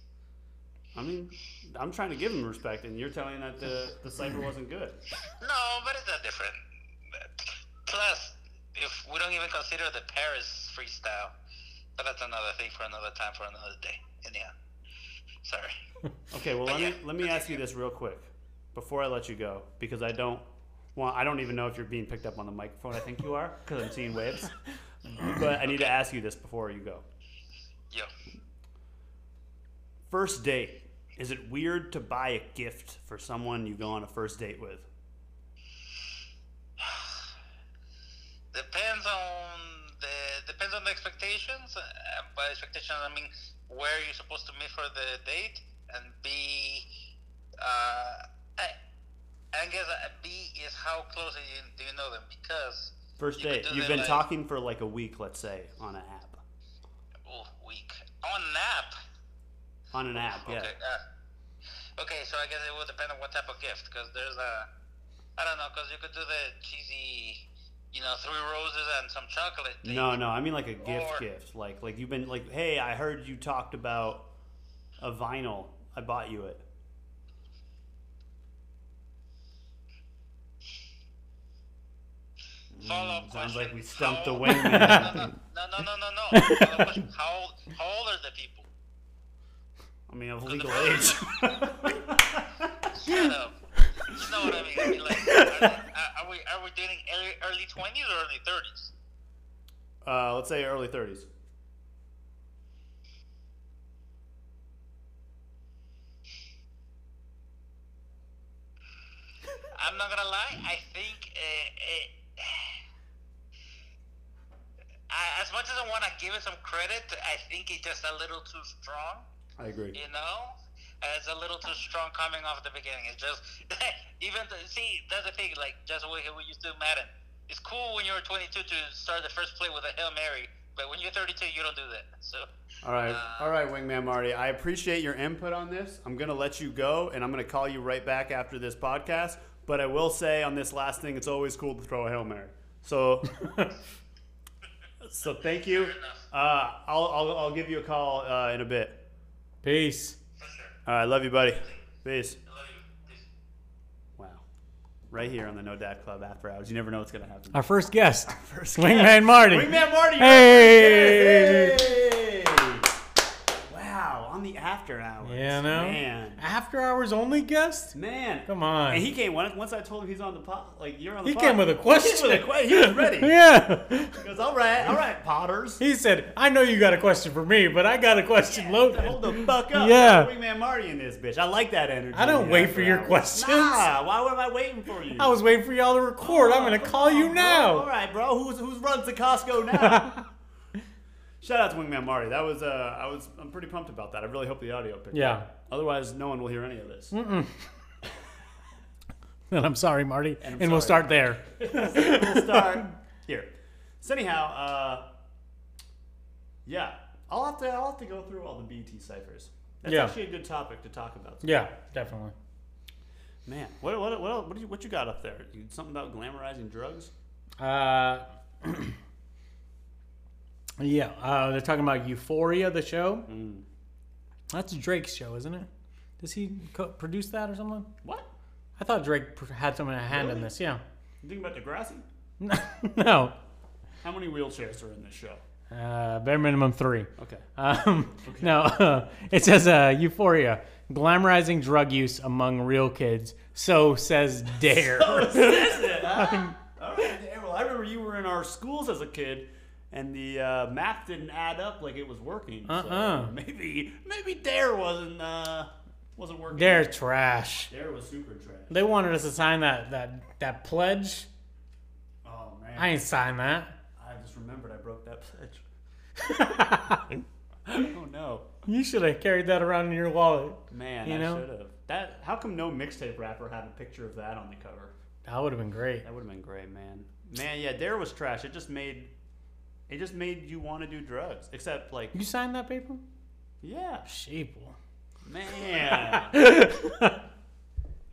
S1: I mean, I'm trying to give him respect, and you're telling that the the cipher wasn't good.
S3: No, but it's not different. Plus, if we don't even consider the Paris freestyle, but that's another thing for another time for another day. Anyhow, sorry.
S1: Okay, well let me
S3: yeah,
S1: let me ask you this real quick before I let you go because I don't well I don't even know if you're being picked up on the microphone. I think you are because I'm seeing waves. But I need to ask you this before you go.
S3: Yo,
S1: First date. Is it weird to buy a gift for someone you go on a first date with?
S3: depends on the depends on the expectations. Uh, by expectations, I mean where you're supposed to meet for the date, and B, uh, I, I guess uh, B is how close do you, do you know them because
S1: First
S3: You could
S1: date.
S3: do
S1: You've
S3: that,
S1: been
S3: like-
S1: talking for like a week, let's say, on an app.
S3: oh, week on nap.
S1: On an app, yeah.
S3: Okay. Uh, okay, so I guess it will depend on what type of gift, because there's a, I don't know, because you could do the cheesy, you know, three roses and some chocolate. Thing.
S1: No, no, I mean like a gift,
S3: Or-
S1: gift. Like, like you've been like, hey, I heard you talked about a vinyl. I bought you it.
S3: Follow up
S1: Sounds
S3: question.
S1: like we stumped the
S3: How-
S1: wingman.
S3: No, no, no, no, no, no. Follow-up question. How old, how old are the people?
S1: I mean, of legal age.
S3: first- Shut up. You know what I mean? I mean like, are, they- are- are we are we dating early early twenties or early thirties?
S1: uh, let's say early 30s.
S3: I'm not gonna lie. I think uh, uh, I, as much as I want to give it some credit, I think it's just a little too strong.
S1: I agree.
S3: You know, it's a little too strong coming off the beginning. It's just even the, see that's the thing. Like just what we used to do in Madden. It's cool when you're 22 to start the first play with a hail mary, but when you're 32, you don't do that. So
S1: All right. All right, Wingman Marty. I appreciate your input on this. I'm going to let you go, and I'm going to call you right back after this podcast. But I will say on this last thing, it's always cool to throw a Hail Mary. So. So thank you. Uh, I'll, I'll, I'll give you a call uh, in a bit.
S2: Peace.
S3: for sure,
S1: All right, love you, buddy. Peace.
S3: I love you. Peace.
S1: Wow. Right here on the No Dad Club after hours. You never know what's gonna happen.
S2: Our first guest,
S1: First
S2: Wingman Marty.
S1: Wingman Marty.
S2: Hey!
S1: Yes, hey! Wow. on the after hours.
S2: Yeah, no.
S1: Man.
S2: After hours only guest?
S1: Man.
S2: Come on.
S1: And he came once once I told him he's on the pot. Like you're on the.
S2: He
S1: pod.
S2: came with a
S1: He came with a
S2: question.
S1: que- He was ready. He
S2: yeah.
S1: goes, all right, all right, Potters.
S2: He said, I know you got a question for me, but I got a question loaded.
S1: Hold the fuck up.
S2: Yeah.
S1: Wingman Marty in this bitch. I like that energy.
S2: I don't
S1: in the
S2: wait for
S1: after
S2: your
S1: hours.
S2: questions.
S1: Nah, why am I waiting for you?
S2: I was waiting for y'all to record. I'm going to
S1: Come
S2: call
S1: on,
S2: you
S1: bro. All
S2: now.
S1: right, bro. Who's who's runs the Costco now? Shout out to Wingman Marty. That was uh, I was I'm pretty pumped about that. I really hope the audio picked. up.
S2: Yeah.
S1: Otherwise, no one will hear any of this.
S2: And I'm sorry, Marty. And,
S1: I'm
S2: we'll
S1: sorry.
S2: start there.
S1: we'll start here. So anyhow, uh, yeah, I'll have to I'll have to go through all the BT ciphers. That's
S2: Yeah.
S1: actually a good topic to talk about.
S2: Yeah, definitely.
S1: Man, what what what else- what, do you, what you got up there? You, something about glamorizing drugs?
S2: Uh, yeah, uh, they're talking about Euphoria, the show. That's Drake's show, isn't it? Does he co- produce that or something?
S1: What?
S2: I thought Drake pr- had someone a hand in
S1: Really?
S2: this. Yeah.
S1: You thinking about Degrassi?
S2: no.
S1: How many wheelchairs are in this show?
S2: Uh, bare minimum three.
S1: Okay.
S2: Um, No, it says uh, Euphoria, glamorizing drug use among real kids. So says Dare.
S1: Oh, it says it. huh? All right. Yeah, Well, I remember you were in our schools as a kid, and the uh, math didn't add up like it was working. so
S2: Uh-uh.
S1: maybe maybe Dare wasn't uh, wasn't working.
S2: Dare trash.
S1: Dare was super trash.
S2: They wanted us to sign that that that pledge.
S1: Oh man.
S2: I ain't sign that.
S1: I just remembered I broke that pledge. oh no,
S2: You should have carried that around in your wallet.
S1: man!
S2: You
S1: I
S2: know?
S1: should have. That. How come no mixtape rapper had a picture of that on the cover?
S2: That would have been great.
S1: That would have been great, man. Man, yeah, Dare was trash. It just made, it just made you want to do drugs. Except like,
S2: You signed that paper?
S1: yeah,
S2: Sheeple.
S1: man.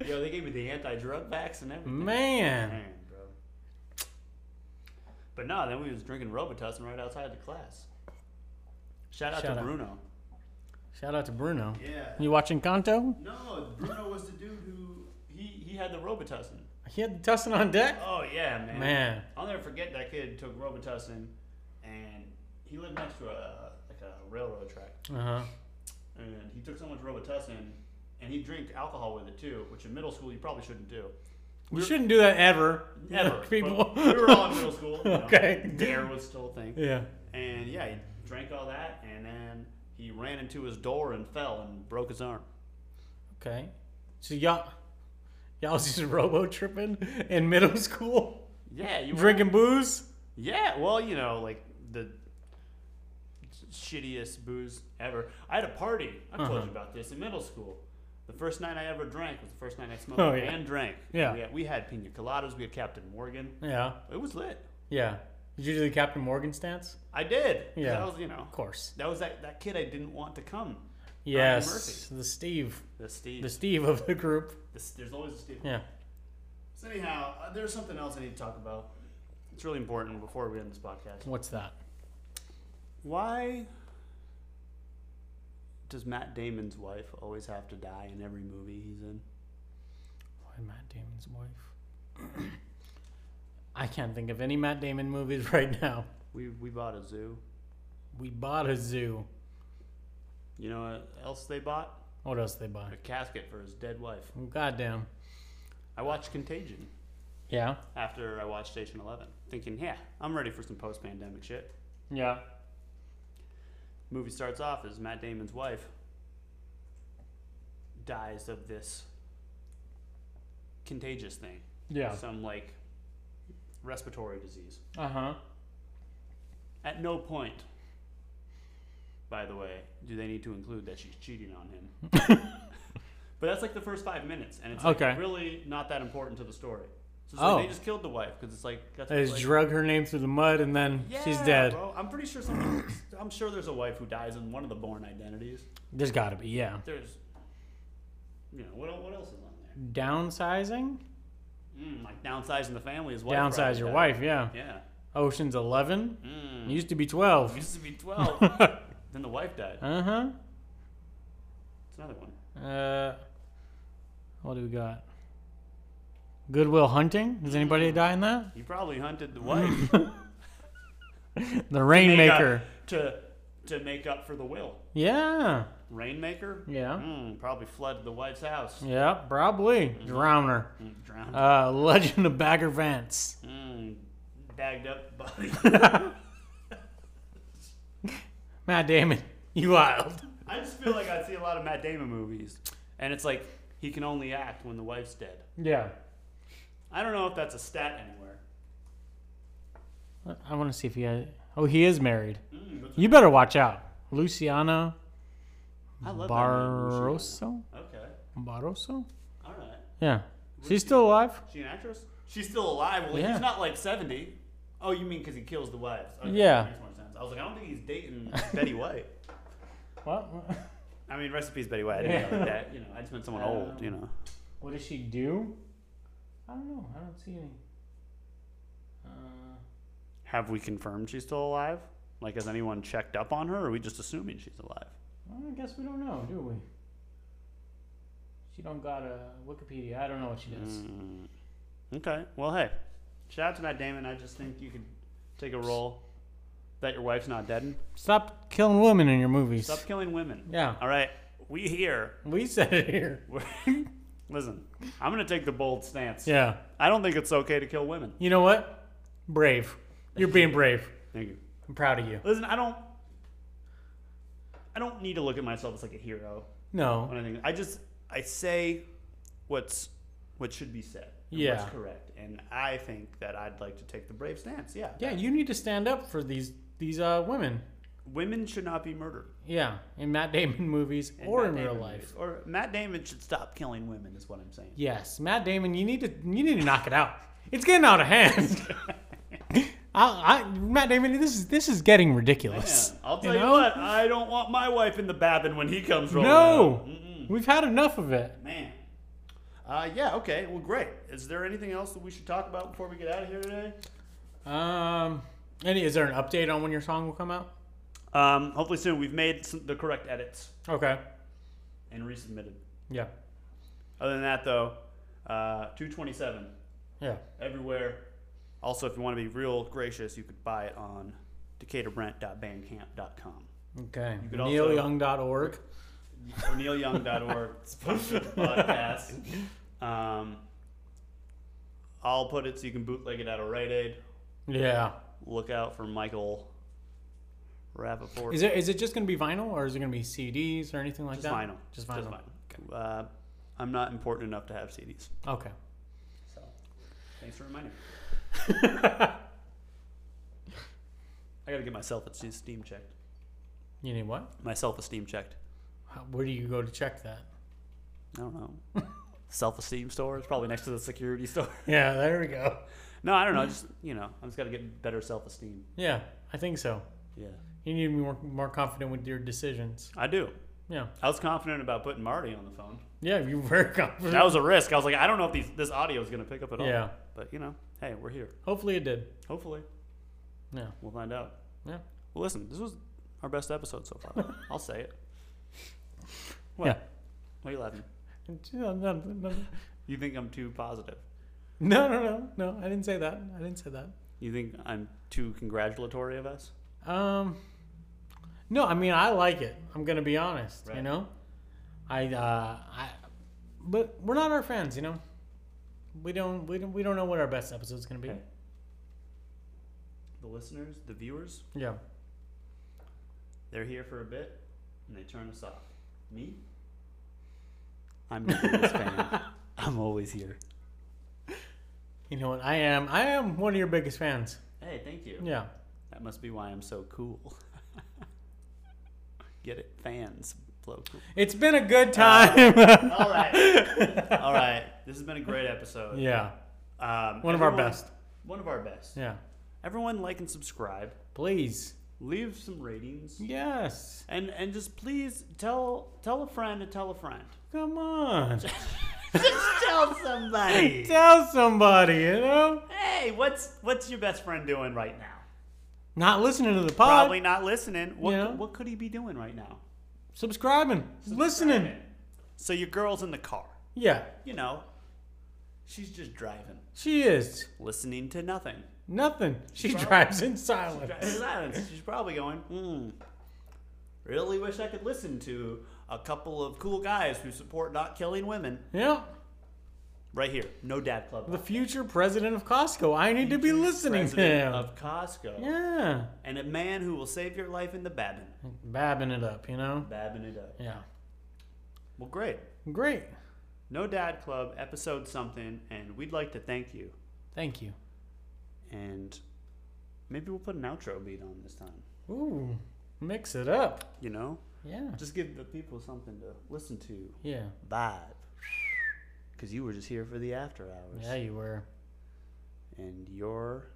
S1: Yo, they gave me the anti-drug backs and everything.
S2: Man.
S1: Man, bro. But no, then we was drinking Robitussin right outside the class. Shout out
S2: Shout
S1: to
S2: out.
S1: Bruno.
S2: Shout out to Bruno.
S1: Yeah.
S2: You watching Kanto?
S1: No, Bruno was the dude who he he had the Robitussin.
S2: He had Dustin on deck?
S1: Oh yeah, man.
S2: Man.
S1: I'll never forget that kid took Robitussin, and he lived next to a like a railroad track,
S2: Uh huh.
S1: and he took so much Robitussin, and he drank alcohol with it too, which in middle school you probably shouldn't do.
S2: You shouldn't do that ever.
S1: Ever.
S2: People.
S1: But we were all in middle school. you know.
S2: Okay.
S1: Dare was still a thing.
S2: yeah.
S1: And yeah, he drank all that, and then he ran into his door and fell and broke his arm.
S2: Okay. So y'all, y'all was just robo tripping in middle school,
S1: Yeah, you
S2: drinking booze.
S1: Yeah, well, you know, like the shittiest booze ever. I had a party. I told
S2: Uh-huh.
S1: you about this in middle school. The first night I ever drank was the first night I smoked
S2: Oh, yeah.
S1: and drank.
S2: Yeah.
S1: We had, we had pina coladas. We had Captain Morgan.
S2: Yeah.
S1: It was lit.
S2: Yeah. Did you do the Captain Morgan stance?
S1: I did. 'Cause
S2: Yeah.
S1: That was, you know,
S2: Of course.
S1: that was that, that kid I didn't want to come.
S2: Yes. The Steve.
S1: The Steve.
S2: The Steve of the group.
S1: This- there's always a Steve.
S2: Yeah.
S1: So anyhow, uh, there's something else I need to talk about. It's really important before we end this podcast.
S2: What's that?
S1: Why does Matt Damon's wife always have to die in every movie he's in?
S2: Why Matt Damon's wife? I can't think of any Matt Damon movies right now.
S1: We we bought a zoo.
S2: We bought a zoo.
S1: You know what else they bought?
S2: What else they buy?
S1: A casket for his dead wife.
S2: Goddamn.
S1: I watched Contagion
S2: Yeah.
S1: after I watched Station Eleven, thinking, yeah, I'm ready for some post-pandemic shit.
S2: Yeah.
S1: Movie starts off as Matt Damon's wife dies of this contagious thing,
S2: Yeah.
S1: some like respiratory disease.
S2: Uh huh.
S1: At no point, by the way, do they need to include that she's cheating on him. but that's like the first five minutes, and it's like
S2: Okay.
S1: really not that important to the story. So it's like
S2: Oh.
S1: they just killed the wife because it's like that's
S2: I just
S1: like,
S2: drug her name through the mud and then she's
S1: Yeah,
S2: dead.
S1: Bro. I'm pretty sure someone. I'm sure there's a wife who dies in one of the born identities.
S2: There's gotta be, yeah.
S1: There's, you know, what, el- what else is on there?
S2: Downsizing?
S1: Mm, like downsizing the family is wife.
S2: Downsize
S1: probably
S2: your
S1: died.
S2: wife, yeah.
S1: Yeah.
S2: Ocean's 11?
S1: Mm. Uh-huh.
S2: Used to be 12.
S1: Used to be twelve.
S2: uh
S1: then the wife died.
S2: huh.
S1: It's another one.
S2: Uh, what do we got? Goodwill Hunting? Does anybody
S1: Mm.
S2: die in that?
S1: He probably hunted the wife.
S2: The
S1: make
S2: Rainmaker.
S1: up- to to make up for the will.
S2: Yeah.
S1: Rainmaker?
S2: Yeah.
S1: Mm, probably flooded the wife's house.
S2: Yeah, probably. Drowner.
S1: Mm, drowned.
S2: Uh, Legend of Bagger Vance.
S1: mm, bagged up body.
S2: Matt Damon, you wild.
S1: I just feel like I see a lot of Matt Damon movies. And it's like, he can only act when the wife's dead.
S2: Yeah.
S1: I don't know if that's a stat anywhere.
S2: I want to see if he has. Oh, he is married.
S1: Mm, that's-
S2: You better watch out. Luciano
S1: I love that name, Luciana.
S2: Barroso?
S1: Okay.
S2: Barroso?
S1: All right.
S2: Yeah. She's still alive?
S1: She an actress? She's still alive. Well,
S2: Yeah.
S1: he's not like 70. Oh, you mean because he kills the wives? Okay,
S2: Yeah.
S1: that makes more sense. I was like, I don't think he's dating Betty White.
S2: What?
S1: I mean, recipes Betty White. I didn't know like that. You know, I just meant someone old. You know.
S2: What does she do? I don't know. I don't see any. Uh,
S1: Have we confirmed she's still alive? Like, has anyone checked up on her? Or are we just assuming she's alive?
S2: well, I guess we don't know, do we? She don't got a Wikipedia. I don't know what she does.
S1: Mm. Okay. Well, hey, shout out to Matt Damon. I just think you could take a role that your wife's not dead. in.
S2: Stop killing women in your movies.
S1: Stop killing women.
S2: Yeah.
S1: All right. We here.
S2: We said it here.
S1: We're- Listen, I'm gonna take the bold stance.
S2: Yeah.
S1: I don't think it's okay to kill women.
S2: You know what? Brave. You're being brave.
S1: Thank you.
S2: I'm proud of you.
S1: Listen, I don't. I don't need to look at myself as like a hero or
S2: No.
S1: anything. I just I say what's what should be said. and
S2: Yeah.
S1: What's correct, and I think that I'd like to take the brave stance. Yeah.
S2: Yeah, you need to stand up for these these uh, women.
S1: Women should not be murdered.
S2: Yeah, in Matt Damon movies
S1: in
S2: or
S1: Matt
S2: in real
S1: Damon
S2: life.
S1: movies. Or Matt Damon should stop killing women. Is what I'm saying.
S2: Yes, Matt Damon, you need to you need to knock it out. It's getting out of hand. I, I, Matt Damon, this is this is getting ridiculous.
S1: Man, I'll tell you,
S2: know?
S1: what. I don't want my wife in the Babin when he comes rolling.
S2: No,
S1: out. Mm-mm.
S2: we've had enough of it.
S1: Man. Uh, yeah, okay. Well, great. Is there anything else that we should talk about before we get out of here today?
S2: Um, and is there an update on when your song will come out?
S1: Um, hopefully soon. We've made some, the correct edits
S2: Okay.
S1: and resubmitted.
S2: Yeah.
S1: Other than that, though, uh, 227
S2: Yeah.
S1: everywhere. Also, if you want to be real gracious, you could buy it on decaturbrent.bandcamp.com.
S2: Okay.
S1: could also-
S2: NeilYoung.org.
S1: O'NeillYoung.org. sponsored the podcast. Um, I'll put it so you can bootleg it out of Rite Aid.
S2: Yeah.
S1: Look out for Michael Rappaport.
S2: Is it is it just gonna be vinyl or is it gonna be CDs or anything like
S1: Just
S2: that?
S1: vinyl.
S2: Just vinyl.
S1: Uh, I'm not important enough to have CDs.
S2: Okay.
S1: So, thanks for reminding me. I gotta get my self-esteem checked.
S2: You need what?
S1: My self-esteem checked.
S2: How, where do you go to check that?
S1: I don't know. self-esteem store. It's probably next to the security store.
S2: Yeah. There we go.
S1: No, I don't know. Just you know, I just gotta get better self-esteem.
S2: Yeah, I think so.
S1: Yeah,
S2: You need to be more, more confident with your decisions.
S1: I do.
S2: Yeah.
S1: I was confident about putting Marty on the phone.
S2: Yeah, you were confident.
S1: That was a risk. I was like, I don't know if these, this audio is gonna pick up at all.
S2: Yeah.
S1: But you know, hey, we're here.
S2: Hopefully it did.
S1: Hopefully,
S2: Yeah.
S1: we'll find out.
S2: Yeah.
S1: Well, listen, this was our best episode so far. I'll say it. What?
S2: Yeah.
S1: What are you laughing?
S2: No, no, no,
S1: You think I'm too positive?
S2: no, no, no. I didn't say that. I didn't say that.
S1: You think I'm too congratulatory of us?
S2: Um, no, I mean I like it. I'm gonna be honest. You
S1: Right.
S2: know, I, uh, I, but we're not our friends. You know, we don't, we don't, we don't know what our best episode's gonna be.
S1: Hey. The listeners, the viewers,
S2: Yeah.
S1: they're here for a bit and they turn us off. Me? I'm the biggest fan. I'm always here.
S2: You know what? I am. I am one of your biggest fans.
S1: Hey, thank you.
S2: Yeah.
S1: That must be why I'm so cool. Get it? Fans blow cool.
S2: It's been a good time.
S1: All right. All right. This has been a great episode.
S2: yeah.
S1: Um,
S2: One of our
S1: everyone-
S2: best.
S1: One of our best.
S2: Yeah.
S1: Everyone like and subscribe.
S2: Please.
S1: Leave some ratings.
S2: Yes.
S1: And and just please tell tell a friend to tell a friend.
S2: Come on.
S1: Just tell somebody.
S2: Tell somebody, you know?
S1: hey, what's what's your best friend doing right now?
S2: Not listening to the pod.
S1: Probably not listening. What
S2: Uh, Yeah.
S1: what could he be doing right now?
S2: Subscribing. Listening.
S1: So your girl's in the car.
S2: Yeah.
S1: You know, she's just driving,
S2: She is.
S1: listening to nothing.
S2: Nothing. She
S1: Probably.
S2: drives in silence.
S1: Silence. She's probably going. Hmm. Really wish I could listen to a couple of cool guys who support not killing women
S2: Yeah.
S1: right here. No dad club.
S2: The future president of Costco. I need to be listening to
S1: President
S2: him.
S1: of Costco
S2: yeah.
S1: and a man who will save your life in the babbin.
S2: Babbing it up, you know?
S1: Babbin it up.
S2: Yeah.
S1: Well, great.
S2: Great.
S1: No Dad Club episode something, and we'd like to thank you.
S2: Thank you.
S1: And maybe we'll put an outro beat on this time.
S2: Ooh. Mix it up.
S1: You know,
S2: Yeah.
S1: just give the people something to listen to,
S2: Yeah.
S1: vibe. Because you were just here for the after hours,
S2: Yeah, you were.
S1: and you're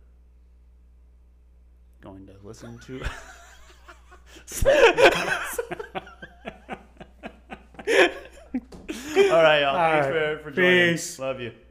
S1: going to listen to. All right, y'all.
S2: All
S1: Thanks
S2: right.
S1: for, for joining.
S2: Peace.
S1: Love you.